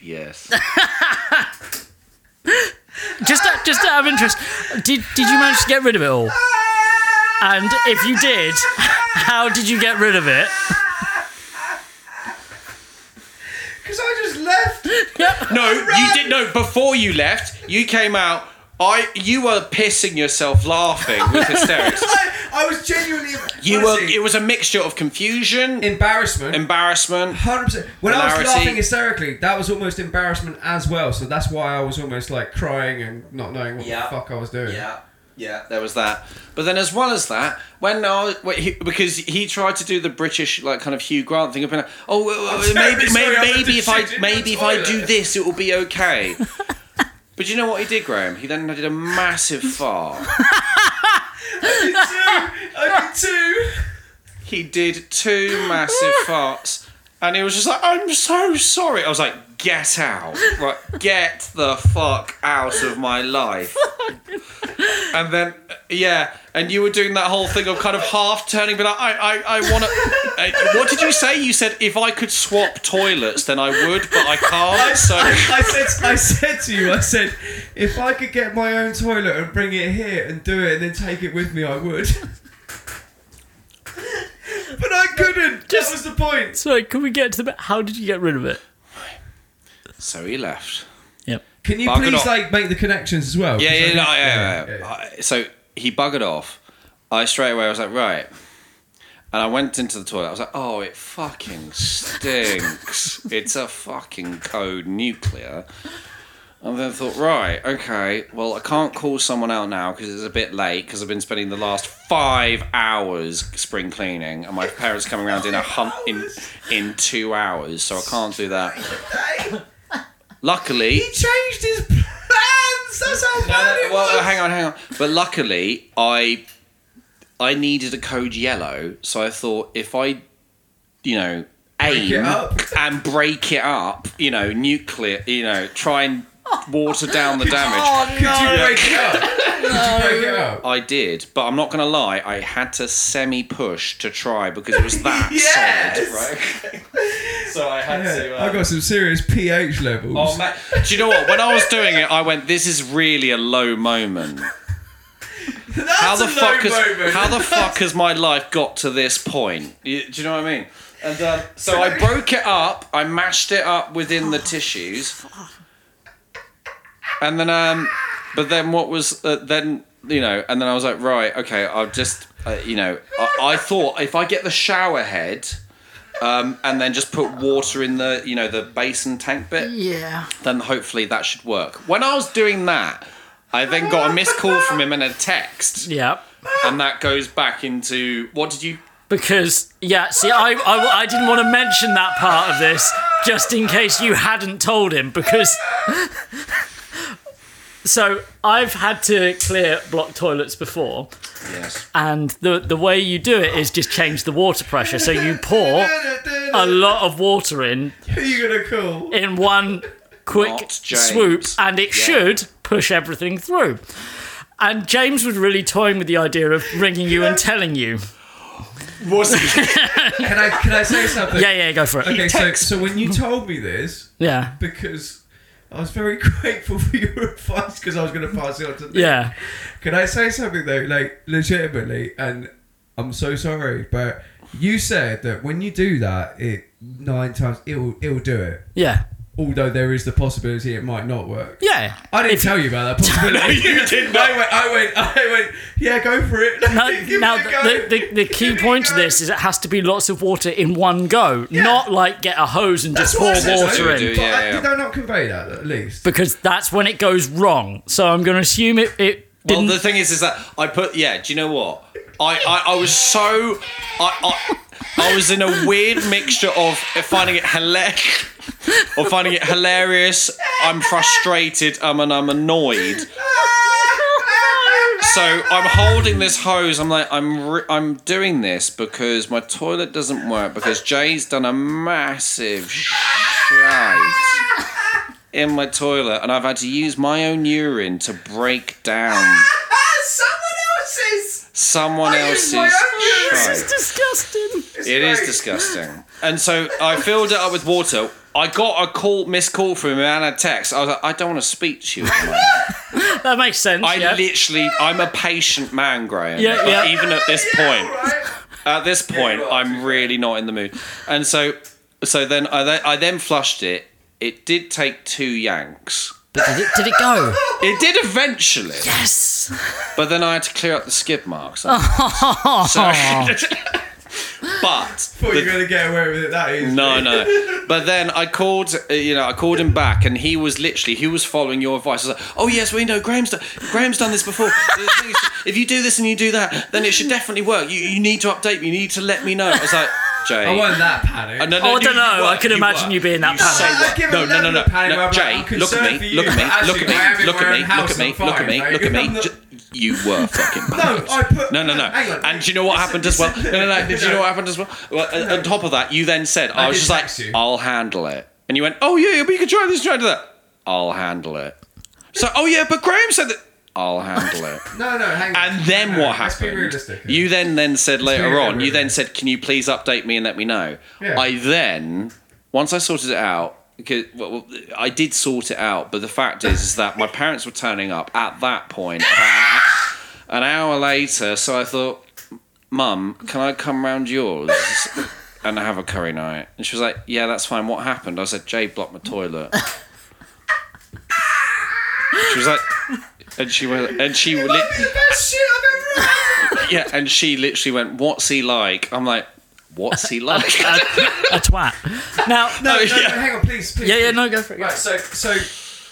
yes. just out, just out of interest, did did you manage to get rid of it all? And if you did, how did you get rid of it? Because I just left. No, you did no. Before you left, you came out. I you were pissing yourself laughing with hysterics. I, I was genuinely. You were. honestly, It was a mixture of confusion, embarrassment. embarrassment. Hundred percent. When I was Hilarity. laughing hysterically, that was almost embarrassment as well. So that's why I was almost like crying and not knowing what Yeah. the fuck I was doing. Yeah, yeah, there was that. But then, as well as that, when I when he, because he tried to do the British like kind of Hugh Grant thing of being like, oh, well, well, terribly maybe sorry, I maybe, went maybe to if I shit in maybe the if I toilet. do this, it will be okay. But you know what he did, Graham? He then did a massive fart. I did too. He did two massive farts, and he was just like, "I'm so sorry." I was like, "Get out! Right, get the fuck out of my life!" and then, yeah, and you were doing that whole thing of kind of half turning, but like, I, I, I want to. What did you say? You said if I could swap toilets, then I would, but I can't. So I said, I said to you, I said, if I could get my own toilet and bring it here and do it and then take it with me, I would. but I couldn't. that was the point. So can we get to the bit? How did you get rid of it? so he left. Yep. Can you Buggered please off. like make the connections as well? Yeah, 'Cause I yeah, think- no, yeah, yeah, yeah. I- So he buggered off. I straight away I was like, right. And I went into the toilet. I was like, oh, it fucking stinks. it's a fucking code nuclear. And then I thought, right, okay, well, I can't call someone out now because it's a bit late because I've been spending the last five hours spring cleaning and my parents coming around in a hump in in two hours, so I can't do that. Luckily, He changed his plans. That's how bad it well, uh, was. hang on, hang on. But luckily, I I needed a code yellow, so I thought if I, you know, it aim up. and break it up, you know, nuclear, you know, try and water down the damage. Oh Could you break it up? Could you break it up? I did, but I'm not gonna lie. I had to semi-push to try because it was that Yes! solid, right? so I had to. Uh, I got some serious pH levels. Oh, ma- Do you know what? When I was doing it, I went, "This is really a low moment." That's how the a fuck low has moment. how the fuck has my life got to this point? You- do you know what I mean? And uh, so I broke it up. I mashed it up within the tissues, and then um, but then what was uh, then you know? And then I was like, right, okay, I'll just uh, you know, I, I thought if I get the shower head. Um, and then just put water in the you know the basin tank bit Yeah. then hopefully that should work. When I was doing that, I then got a missed call from him and a text, Yeah. and that goes back into what did you? Because, yeah, see, I, I, I didn't want to mention that part of this just in case you hadn't told him. Because. so I've had to clear block toilets before. Yes. And the, the way you do it is just change the water pressure. So you pour a lot of water in Who are you gonna call? in one quick Not James. swoop, and it Yeah. should push everything through. And James was really toying with the idea of ringing you and telling you. Was he? Can I can I say something? Yeah, yeah, go for it. Okay, so so when you told me this, Yeah, because I was very grateful for your advice because I was going to pass it on to Nick. yeah. Can I say something though, like legitimately? And I'm so sorry, but you said that when you do that, it nine times it'll it'll do it. Yeah. Although there is the possibility it might not work. Yeah. I didn't tell you about that possibility. you did not. I went, I went, I went. Yeah, go for it. Now, Give it now a go. the, the, the key Give it a point to go. this is it has to be lots of water in one go, not like get a hose and just That's pour what I water said, though. in. Do, But yeah, I- yeah. Did I not convey that at least? Because that's when it goes wrong. So I'm going to assume it, it Well, didn't. the thing is, is that I put. Yeah. Do you know what? I I, I was so I, I I was in a weird mixture of finding it hilarious, or finding it hilarious. I'm frustrated. I'm and I'm annoyed. So I'm holding this hose. I'm like, I'm re- I'm doing this because my toilet doesn't work because Jay's done a massive shite in my toilet, and I've had to use my own urine to break down Someone else's. someone I used else's my own urine. shite. it's disgusting. It is great. disgusting. And so I filled it up with water. I got a call, missed call from him and a text. I was like, I don't want to speak to you. at the moment. That makes sense. I yeah. literally, I'm a patient man, Graham. Yeah, But yeah. Even at this point, at this point, you are, I'm really not in the mood. And so, so then I, then I then flushed it. It did take two yanks. But did it, did it go? It did eventually, Yes. but then I had to clear up the skid marks. so, but Thought you the- were gonna get away with it that easily. no, no. But then I called, uh, you know, I called him back, and he was literally he was following your advice. I was like, oh yes, we know Graham's done. Graham's done this before. The thing is, if you do this and you do that, then it should definitely work. You, you need to update me. You need to let me know. I was like, Jay. I wasn't that panic. Uh, no, no, Oh, I you- don't know. you I were, can imagine were. you being that say panic. I- I what? give No, a no, no, level no, of panic where no. I'm Jay, like, I'm look at concerned me, for look you, at me, but look at actually, I am in me, look my at me, own house look at me, and I'm look at me, fine, look at mate. me. I'm J- You were fucking No, I put. no, no, no. Hang on. And do you know what happened as well? No, no, no. Do you know what happened as well? well uh, On top of that, you then said, I, was did just like, text you. I'll handle it. And you went, oh, yeah, yeah, but you can try this, try that. I'll handle it. So, oh, yeah, but Graham said that. I'll handle it. No, no, hang on. And then Let's what happened? Be realistic. You then then said later be on. realistic. You then said, "Can you please update me and let me know?" Yeah. I then, once I sorted it out, because well, well, I did sort it out, but the fact is, is that my parents were turning up at that point about an, hou- an hour later. So I thought, "Mum, can I come round yours?" And have a curry night, and she was like, "Yeah, that's fine." What happened? I said, "Jay blocked my toilet." she was like, and she went, and she lit- Best shit I've ever had. yeah, and she literally went, "What's he like?" I'm like, "What's he like?" A twat. Now, No, no, Oh, no, yeah. hang on, please, please. yeah, yeah, please. no, go for it. Right, so, so,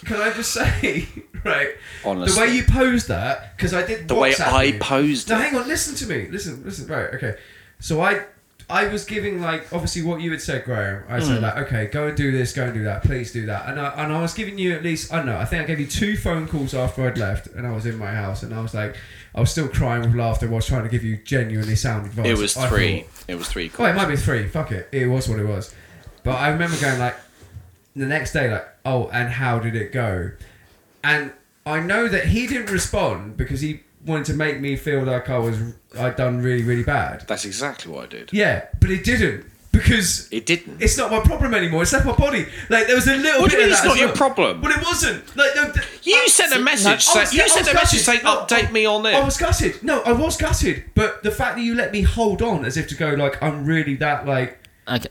can I just say, right, Honestly. the way you posed that, because I did the way WhatsApp I you. posed No, it. hang on. Listen to me. Listen, listen. Right, okay. So I, I was giving like obviously what you had said, Graham. I Mm. said like, okay, go and do this, go and do that, please do that. And I and I was giving you at least I don't know. I think I gave you two phone calls after I'd left, and I was in my house, and I was like, I was still crying with laughter while I was trying to give you genuinely sound advice. It was I three. thought. It was three. Oh, it might be three. Fuck it. It was what it was. But I remember going like the next day, like, oh, and how did it go? And I know that he didn't respond because he wanted to make me feel like I was I'd done really really bad. That's exactly what I did. Yeah, but it didn't because It didn't. it's not my problem anymore. It's not my body. Like there was a little What do bit you mean of it's that not as your well. problem? But it wasn't. Like no, th- I- you sent a message. I say, was- I you was sent a gutted. message saying, No, "Update I- me on I this." was gutted. No, I was gutted. But the fact that you let me hold on as if to go like I'm really that like Okay.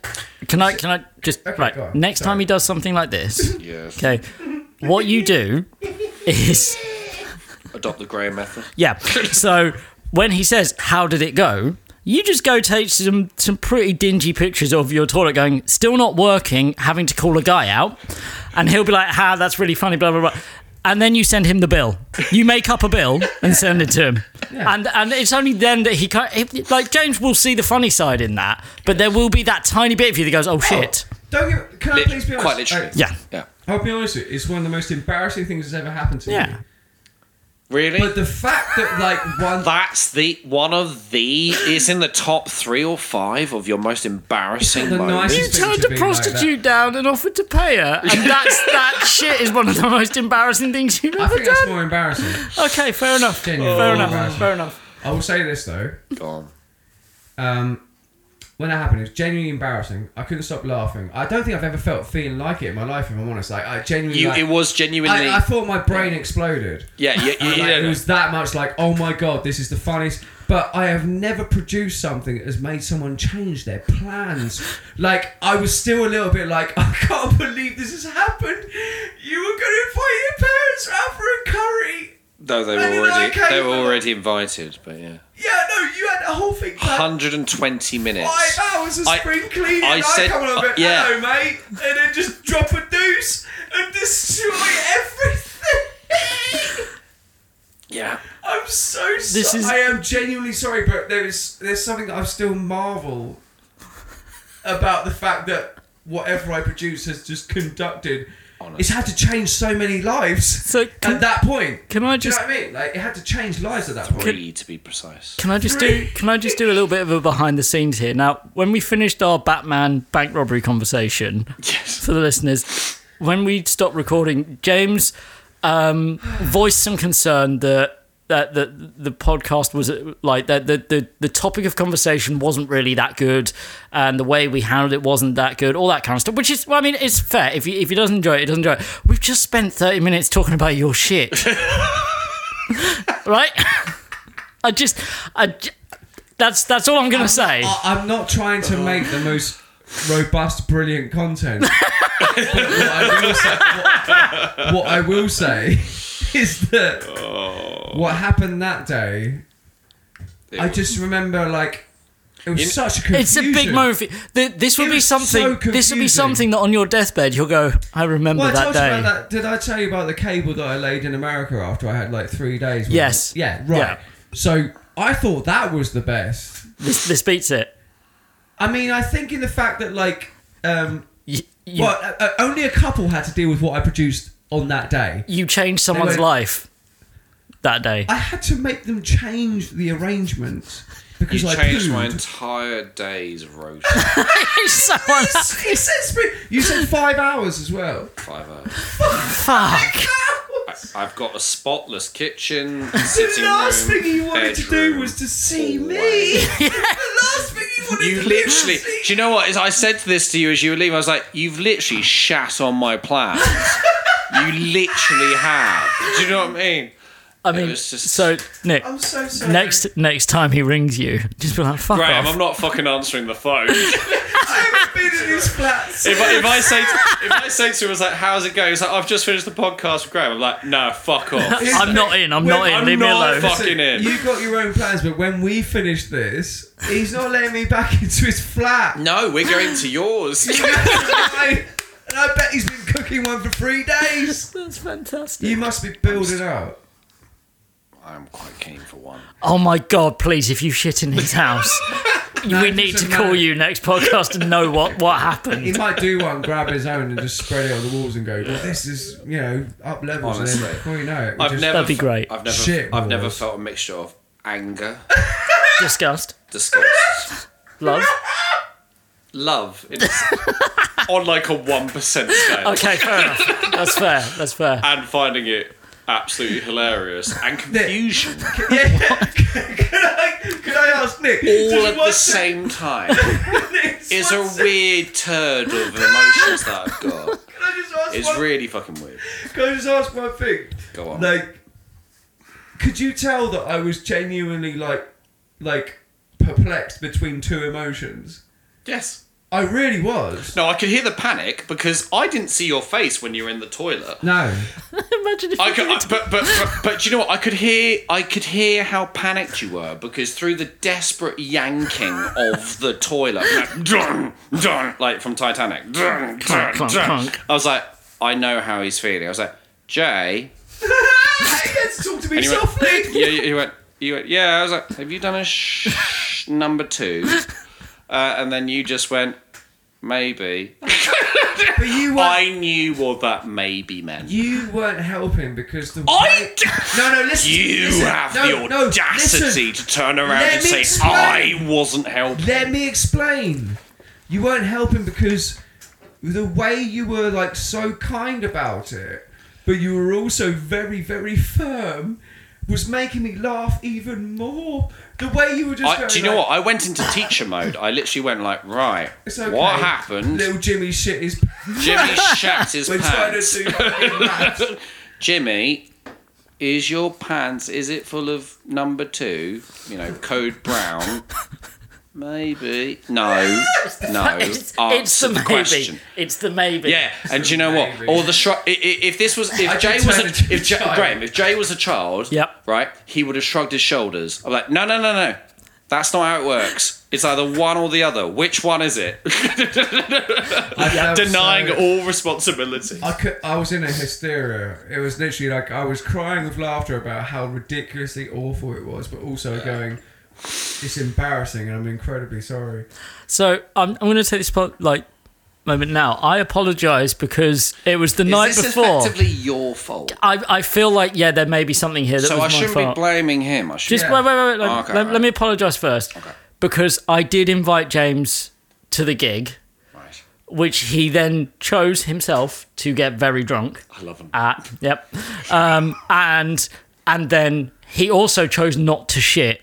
Can I can I just Okay, go right? on. Next time Sorry. he does something like this, Yes. okay. What you do is Adopt the Graham method. yeah. So when he says how did it go, you just go take some some pretty dingy pictures of your toilet going still not working, having to call a guy out, and he'll be like, "Ha, that's really funny," blah blah blah. and then you send him the bill. You make up a bill and send it to him. Yeah. And and it's only then that he can like James will see the funny side in that, but there will be that tiny bit of you that goes, "Oh shit." Don't give. Can I Lit- please be honest? quite literally. Uh, Yeah. Yeah. I'll be honest with you. It's one of the most embarrassing things that's ever happened to me. Yeah. Really? But the fact that like one That's the one of the is in the top three or five of your most embarrassing The moments. nicest- You It's been turned to a being like prostitute down and offered to pay her, and that's that shit is one of the most embarrassing things you've I ever think that's done. more embarrassing. Okay, fair enough. Genuinely Fair embarrassing. enough. Fair enough. I will say this though. Gone. Um, when that happened, it was genuinely embarrassing. I couldn't stop laughing. I don't think I've ever felt feeling like it in my life. If I'm honest, like I genuinely. You, like- it was genuinely. I, I thought my brain exploded. yeah, yeah, And, yeah, like, yeah. It was that much like, oh my god, this is the funniest. But I have never produced something that has made someone change their plans. Like I was still a little bit like, I can't believe this has happened. You were going to invite your parents out for a curry. no, they I mean, were already I came they were from- already invited, but yeah, Yeah, no, you had a whole thing planned. 120 minutes. Five hours of I- spring cleaning. I I, said- come on a bit, uh, yeah. hello, mate, and then just drop a deuce and destroy everything. Yeah, I'm so sorry. This is- I am genuinely sorry, but there is there's something that I still marvel about the fact that whatever I produce has just conducted. Honest. It's had to change so many lives So can- at that point. can I Do you know just- what I mean? Like it had to change lives at that point. three to be precise. Can I just do? Can I just do a little bit of a behind the scenes here? Now, when we finished our Batman bank robbery conversation, Yes. for the listeners, when we stopped recording, James um, voiced some concern that that the the podcast was uh, like that the, the the topic of conversation wasn't really that good, and the way we handled it wasn't that good, all that kind of stuff. Which is, well, I mean, it's fair. If you if he doesn't enjoy it, he doesn't enjoy it. We've just spent thirty minutes talking about your shit, right? I just I. j- That's that's all I'm gonna say. I, I'm not trying to make the most robust, brilliant content. But what, I will say, what- what I will say is that what happened that day, I just remember like it was such a confusion. It's a big moment. For you. Th- This It will be was so something. this will confusing. be something that on your deathbed you'll go. I remember Well, I that told you day. about that. Did I tell you about the cable that I laid in America after I had like three days? with Yes. it? Yeah. Right. Yeah. So I thought that was the best. This, this beats it. I mean, I think in the fact that like. Um, You, you, Well, uh, uh, only a couple had to deal with what I produced on that day. you changed someone's went- life that day. I had to make them change the arrangement because You I changed pooed. my entire day's roast. Someone. He says me- you said five hours as well. Five hours. Fuck. I've got a spotless kitchen. The sitting last room, thing you wanted to do bedroom. was to see me. hallway. The last thing you wanted You to do literally. was Do see you know what? Is I said this to you as you were leaving. I was like, "You've literally shat on my plans. you literally have." Do you know what I mean? I mean, was just- so Nick, I'm so sorry. next next time he rings you, just be like, "Fuck Graham, off." I'm not fucking answering the phone. if, I haven't been in these flats. I, if I say to, if I say to him, I was like, "How's it going?" He's like, "I've just finished the podcast with Graham." I'm like, "No, fuck off." I'm not in. I'm Well, not in. I'm Leave me not alone. fuck- fucking in. You got your own plans, but when we finish this, he's not letting me back into his flat. No, we're going to yours. I- and I bet he's been cooking one for three days. That's fantastic. You must be building up. I'm quite keen for one. Oh my god! Please, if you shit in his house, we it need to doesn't call matter. you next podcast and know what what He happened. might do one, grab his own, and just spread it on the walls and go, well, this is, you know, up levels. And Honestly. then before you know it, we I've just- never. That'd be f- great. I've never. Shit I've never balls. felt a mixture of anger, Disgust. disgust, Love. love. It's on like a one percent scale. Okay, fair enough. That's fair. That's fair. and finding it absolutely hilarious and confusion Yeah. could, I, could I ask Nick? all at the same time is a weird. weird turd of emotions that I've got. Can I just ask It's one- really fucking weird. Can I just ask one thing? Go on. Like, could you tell that I was genuinely like, like perplexed between two emotions? Yes. I really was. No, I could hear the panic because I didn't see your face when you were in the toilet. No. Imagine if I could, I- but, but but but do you know what? I could hear I could hear how panicked you were because through the desperate yanking of the toilet, like, dun, dun, like from Titanic, dun, dun, Clunk, clunk, dun. clunk. I was like, I know how he's feeling. I was like, Jay, to me And he went- softly. yeah, he went, he went, yeah. I was like, have you done a sh- number two? Uh, and then you just went, maybe. But you weren't, I knew what that maybe meant. you weren't helping because the. I d- no, no, listen. You listen, have no, the no, audacity listen. to turn around Let and me say explain. I wasn't helping. Let me explain. You weren't helping because the way you were like so kind about it, but you were also very, very firm, was making me laugh even more. The way you were just. I, going, do you know like, what? I went into teacher mode. I literally went like, right, It's okay. what happened? Little Jimmy shit is. Jimmy shacked his We're trying to pants. do fucking maths. Jimmy, is your pants is it full of number two? You know, code brown. Maybe no, no. It's, Answer it's the, the maybe. question. It's the maybe. Yeah, and do you know what? Maybe. Or the shrug. i- i- If this was, I if Jay could was, turn a, into a if Jay, child. Graham, if Jay was a child, Yep. right, he would have shrugged his shoulders. I'm like, no, no, no, no. That's not how it works. It's either one or the other. Which one is it? I felt Denying so- all responsibility. I, could, I was in a hysteria. It was literally like I was crying with laughter about how ridiculously awful it was, but also going, it's embarrassing and I'm incredibly sorry. So I'm, I'm going to take this part, like moment now. I apologise because it was the night is this before. effectively your fault? I, I feel like yeah, there may be something here that So was I my shouldn't fault. be blaming him. I should. Just Yeah. wait, wait, wait. wait. Let, Okay, let- right. let me apologise first because I did invite James to the gig, Right. which he then chose himself to get very drunk. I love him. at. Ah, Yep. Um, and and then he also chose not to shit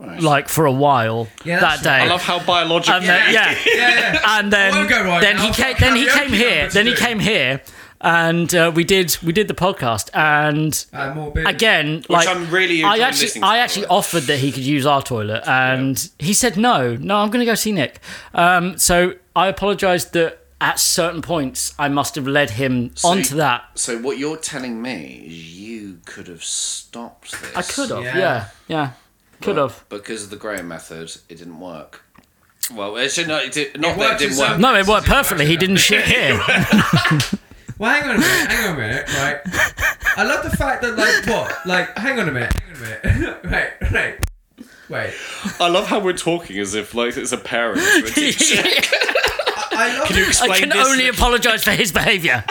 Right. like for a while Yeah, that that's day. I love how biological. and then, Um, yeah. Yeah, And I then wanna go right then he now. came then he Karaoke came here. numbers Then he too. came here and uh, we did we did the podcast and yeah. Uh, more beer. again like I'm really I enjoying actually listening to, I by actually the way. offered that he could use our toilet and he said no no I'm gonna go see Nick um, so I apologized that at certain points I must have led him onto that So what you're telling me is you could have stopped this. I could have. Yeah. Yeah. Yeah. Could have. because of the Graham method, it didn't work. Well, it should not. It did, not that worked it didn't itself. work. No, it worked perfectly. He didn't shit here. Well, hang on a minute. Hang on a minute. Right. I love the fact that like what? Like, hang on a minute. Hang on a minute. right. Right. Wait. I love how we're talking as if like it's a parent. to a teacher. I love it. I can only apologise for his behaviour.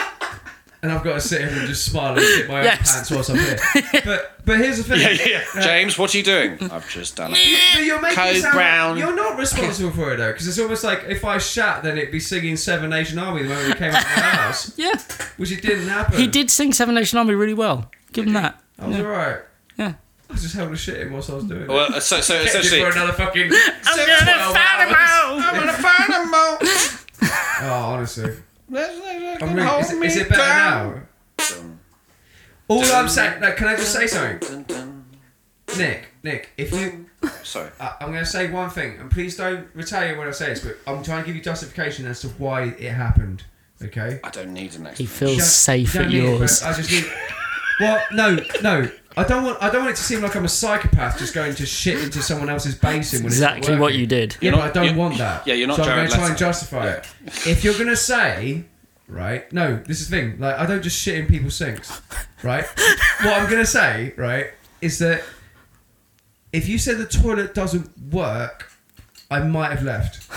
And I've got to sit here and just smile and shit my own Yes. pants whilst I'm here. But but here's the thing. Yeah, yeah. James, what are you doing? I've just done it. But you're making Code it sound brown. Like you're not responsible for it though, because it's almost like if I shat, then it'd be singing Seven Nation Army the moment we came out of my house, Yeah. which it didn't happen. He did sing Seven Nation Army really well. Give him that. I was alright. Yeah. I was just held a shit in whilst I was doing it. Well, uh, so so Kept it essentially, for another fucking. I'm gonna find him out. I'm gonna find him out. Oh, honestly, I'm really, is, it- is it better now? All I'm saying, no, can I just say something, Nick? Nick, if you Sorry. I- I'm going to say one thing, and please don't retaliate when I say this, but I'm trying to give you justification as to why it happened. Okay. I don't need an He explanation. feels You don't- safe you don't at need it, but yours. I just need. Well, no, no. I don't want. I don't want it to seem like I'm a psychopath just going to shit into someone else's basin. When it's Exactly not what working. you did. Yeah, You're but not- I don't you're- want that. yeah, you're not So I'm Jared to try and Leto. justify it. If you're gonna say, right? No, this is the thing. Like, I don't just shit in people's sinks, right? what I'm gonna say, right, is that if you said the toilet doesn't work, I might have left.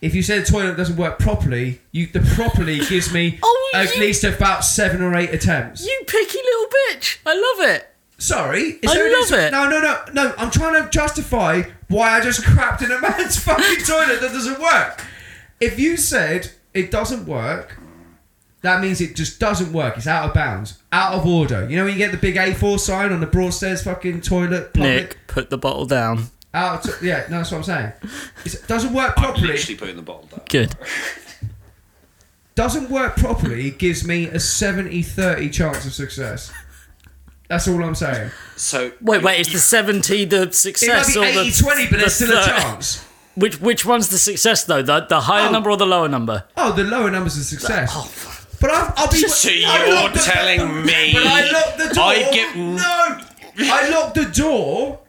If you said the toilet doesn't work properly, you the properly gives me Oh, at you- least about seven or eight attempts. You picky little bitch. I love it. Sorry, is I there an love insult- it. No, no, no, no. I'm trying to justify why I just crapped in a man's fucking toilet that doesn't work. If you said it doesn't work, that means it just doesn't work. It's out of bounds, out of order. You know when you get the big A4 sign on the Broadstairs fucking toilet, public, Nick, put the bottle down. out. Of, yeah, no, that's what I'm saying. It's, it doesn't work I'm properly. literally putting the bottle down. Good. Doesn't work properly gives me a 70-30 chance of success. That's all I'm saying. So Wait, wait, is the 70 the It might be success or the 80-20, but the there's still a third? chance. Which which one's the success though? The the higher Oh. number or the lower number? Oh, the lower numbers of success. but I'll, I'll be. Oh, So I you're locked the- telling me But I locked the door. I get- no. I locked the door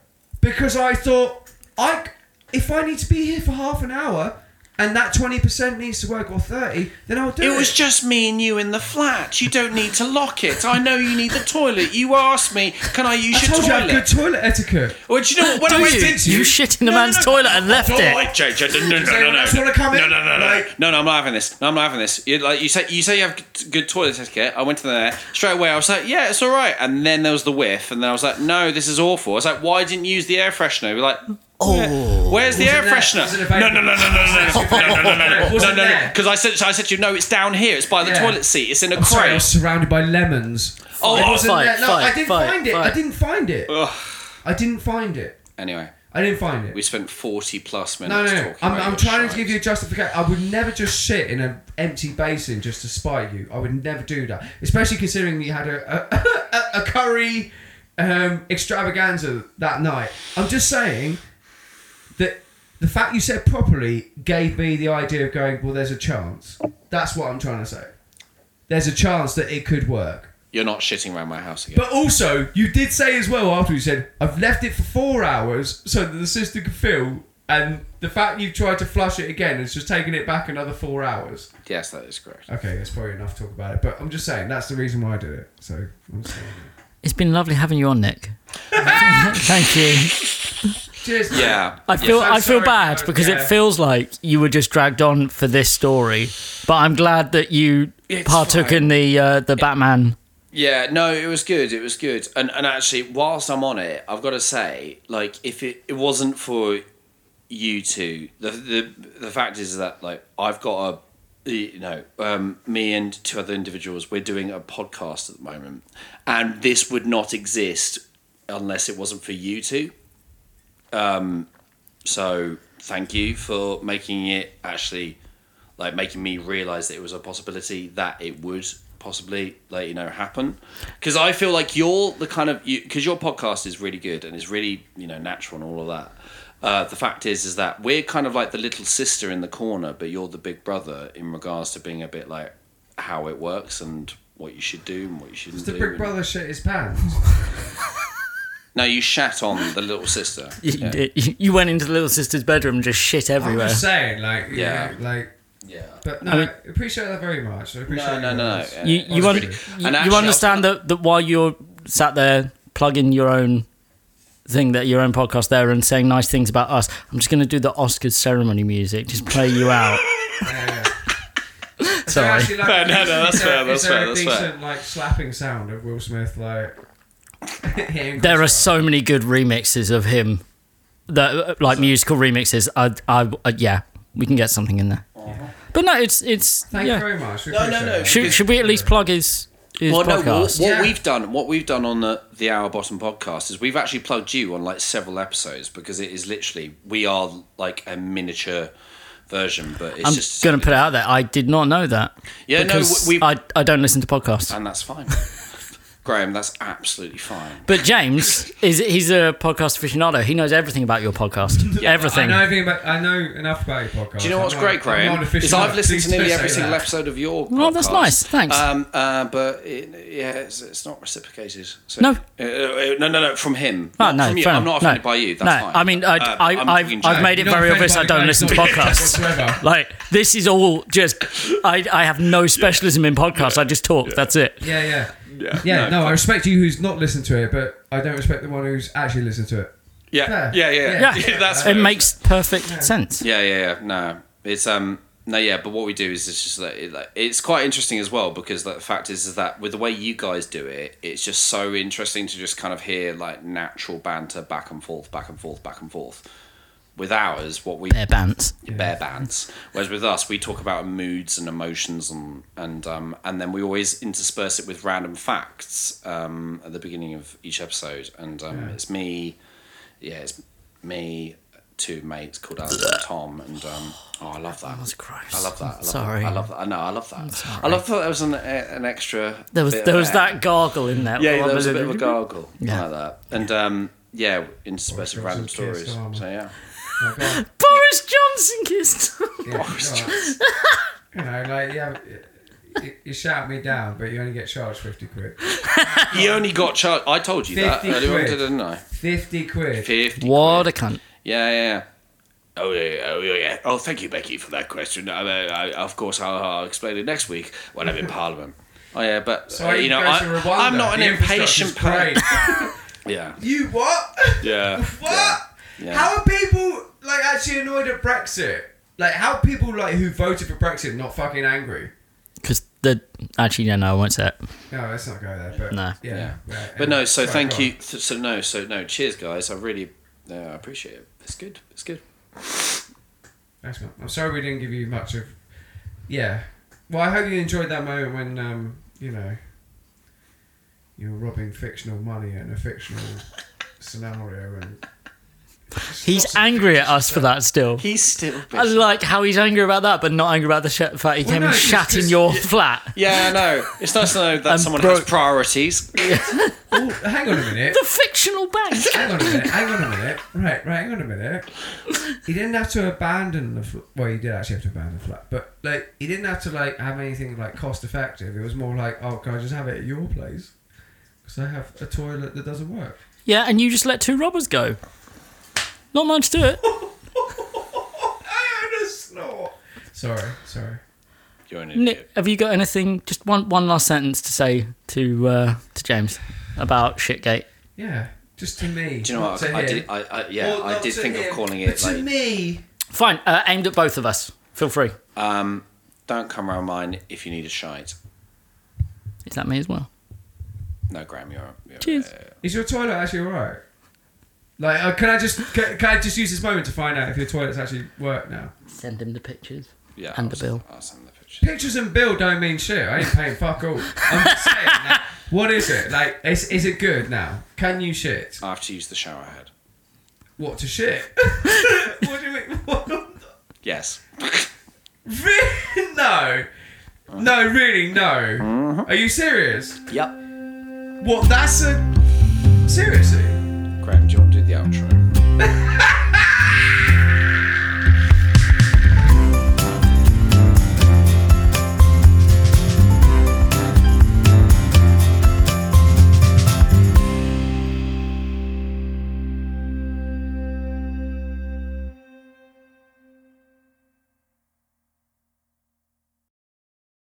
because I thought I, c- if I need to be here for half an hour, and that 20% needs to work or 30, then I'll do it. It was just me and you in the flat. You don't need to lock it. I know you need the toilet. You asked me, can I use I your told you I toilet? have good toilet etiquette. Well, do you know what? When I Do went you? into You You shit in the man's toilet and left Oh, it. I change it. No, no, Does no, anyone no. else wanna come in? No, no, no, no. Like- No, no, I'm not having this. No, I'm not having this. You, like you say, you say you have g- good toilet etiquette. I went to there straight away. I was like, yeah, it's all right. And then there was the whiff, and then I was like, no, this is awful. I was like, why didn't you use the air freshener? We're like, oh, where's the air there? freshener? Wasn't No, available. no, no, no, no, no, no, no, no, no, no, no, Wasn't no. there. Because I said, I said to you, no, it's down here. It's by the Yeah. toilet seat. It's in a I'm sorry, I was crate. surrounded by lemons. Oh, It oh, wasn't fight, there. No, I fight, didn't fight, find it. I fight. didn't find it. Ugh. I didn't find it. Anyway, I didn't find it. we spent forty plus minutes. no, no, talking no. I'm, about I'm your trying shite. to give you a justification. I would never just shit in an empty basin just to spite you. I would never do that. Especially considering you had a, a, a curry um, extravaganza that night. I'm just saying that the fact you said properly gave me the idea of going, well, there's a chance. That's what I'm trying to say. There's a chance that it could work. You're not shitting around my house again. But also, you did say as well after you said, I've left it for four hours so that the system could fill, and the fact you've tried to flush it again is just taking it back another four hours. yes, that is correct. Okay, that's probably enough talk about it, but I'm just saying that's the reason why I did it. So, I'm just saying. It's been lovely having you on, Nick. Thank you. cheers. mate. Yeah. I feel I'm I feel sorry, bad uh, because yeah. it feels like you were just dragged on for this story, but I'm glad that you It's partook fine. in the uh, the Batman. Yeah, no, it was good. It was good. And and actually, whilst I'm on it, I've got to say, like, if it, it wasn't for you two, the the the fact is that like I've got a you know um, me and two other individuals we're doing a podcast at the moment, and this would not exist unless it wasn't for you two. Um, so thank you for making it actually like making me realize that it was a possibility that it would possibly like you know happen because i feel like you're the kind of you because your podcast is really good and it's really you know natural and all of that uh, the fact is is that we're kind of like the little sister in the corner but you're the big brother in regards to being a bit like how it works and what you should do and what you shouldn't Does the do Big and- Brother shit his pants? no you shat on the little sister You, yeah, you- you went into the little sister's bedroom and just shit I'm everywhere. just saying, like, yeah, Yeah. like, yeah. but no, I, I mean- appreciate that very much. I appreciate no no no, no. yours. yeah. You That's you, un- really- you, And you actually, I was- understand that, that while you're sat there plugging your own thing that your own podcast there and saying nice things about us, I'm just going to do the Oscars ceremony music. Just play you out. Sorry. Actually, like, No, no, no, that's is there- fair, that's is there fair, a that's fair. decent, like, slapping sound of Will Smith, like, hitting There are Chris so many good remixes of him, that uh, like musical remixes. I, I, I, yeah, we can get something in there. Uh-huh. But no, it's it's Thank you yeah. very much. We No, no, appreciate no. it. Should, should we at least plug his his Well, no. What, podcast? what Yeah. we've done, what we've done on the the Hour Bottom podcast is we've actually plugged you on like several episodes because it is literally we are like a miniature version, but it's I'm just going to put it out there. I did not know that. Yeah, no, because we- we- I I don't listen to podcasts. and that's fine. Graham, that's absolutely fine. But James is he's a podcast aficionado. He knows everything about your podcast. I everything. know, everything about, I know enough about your podcast. Do you know I'm what's not- great, I'm not Graham? an Is aficionado. I've listened Please to nearly don't say every single that. episode of your. Well, that's podcast. nice. Thanks. Um, uh, but it, yeah, it's, it's not reciprocated. So, No. Uh, uh, no, no, no, from him. Oh, Not no, from you. fair I'm enough. not offended no, by you. That's no, fine. I mean, I, Um, I, I'm I've, talking to I've you. made it You're not very offended obvious by I the don't guy listen to who's not- whatsoever. podcasts. like, this is all just, I, I have no specialism in podcasts. I just talk. That's it. Yeah, yeah. Yeah, no, no, I respect you who's not listened to it, but I don't respect the one who's actually listened to it. Yeah, yeah, yeah. Yeah. yeah. That's It fair. makes perfect sense. Yeah, yeah, yeah. No, it's um, no, yeah. But what we do is it's just that it, like, it's quite interesting as well because the fact is is that with the way you guys do it, it's just so interesting to just kind of hear like natural banter back and forth, back and forth, back and forth. With ours, what we Bear Bants. bare bands. Whereas with us, we talk about moods and emotions, and and um, and then we always intersperse it with random facts um, at the beginning of each episode. And um, it's me, yeah, it's me, two mates called Alan and Tom, and um, oh, I love that. That was gross. I love that. I love Sorry. That. I love that. I know. I love that. I love that. There was an, an extra. There was bit of there was air. that gargle in there. Yeah, there was a bit of a gargle Yeah. like that, and um, yeah, interspersed with random Johnson kissed stories. Arnold. So yeah. Oh, God. Boris Johnson kissed. Yeah, alright. you know, like, yeah, you, you shout me down, but you only get charged 50 quid. He only got charged. I told you that 50 earlier on, quid. didn't I? 50 quid. 50. What a cunt. Yeah, yeah, Oh yeah, oh yeah, yeah. Oh, thank you, Becky, for that question. I, I, I, of course, I'll, I'll explain it next week when I'm in Parliament. Oh yeah, but So uh, you you know, go I, to Rwanda. I'm not an The impatient infrastructure's person. great. Yeah, you what? yeah. What? Yeah. How are people like actually annoyed at Brexit? Like how are people like who voted for Brexit not fucking angry? Because the actually, yeah, no, I won't say it. No, let's not go there. But No. Yeah. Yeah. right, But no, sorry, so thank go you. th- So no, so no. Cheers, guys. I really, uh, I appreciate it. It's good. It's good. on. Thanks, man. I'm sorry we didn't give you much of. Yeah. Well, I hope you enjoyed that moment when um you know you were robbing fictional money in a fictional scenario and He's angry at us for that still. He's still. I like how he's angry about that, but not angry about the sh- fact he came no, and it's shat in just- your flat. Yeah, I know. It's nice to know that I'm someone has broke. priorities. oh, hang on a minute. The fictional bank. hang on a minute. Hang on a minute. Right, right. Hang on a minute. He didn't have to abandon the fl- well. He did actually have to abandon the flat, but like he didn't have to like have anything like cost effective. It was more like, oh, can I just have it at your place? Because I have a toilet that doesn't work. Yeah, and you just let two robbers go. Not much to it. I heard a snort. Sorry, sorry. You're an Nick, idiot. have you got anything? Just one one last sentence to say to uh, to James about shitgate. Yeah, just to me. Do you know not what? to I him. did. I, I yeah. Or I not did to think of him, calling but it to like. me. Fine, uh, aimed at both of us. Feel free. Um, don't come round mine if you need a shite. Is that me as well? No, Graham, you're. you're Cheers. uh, Is your toilet actually alright? Like, uh, can I just can, can I just use this moment to find out if your toilet's actually work now? Send him the pictures. yeah. And I'll the s- bill. I'll send the picture. Pictures and bill don't mean shit. I ain't paying fuck all. I'm just saying. Like, what is it? Like, is, is it good now? Can you shit? I have to use the shower head. What to shit? what do you mean? What? Yes. Really? No. No, really, no. Are you serious? Yep. What? That's a. Seriously? Graham, do you want to do the outro?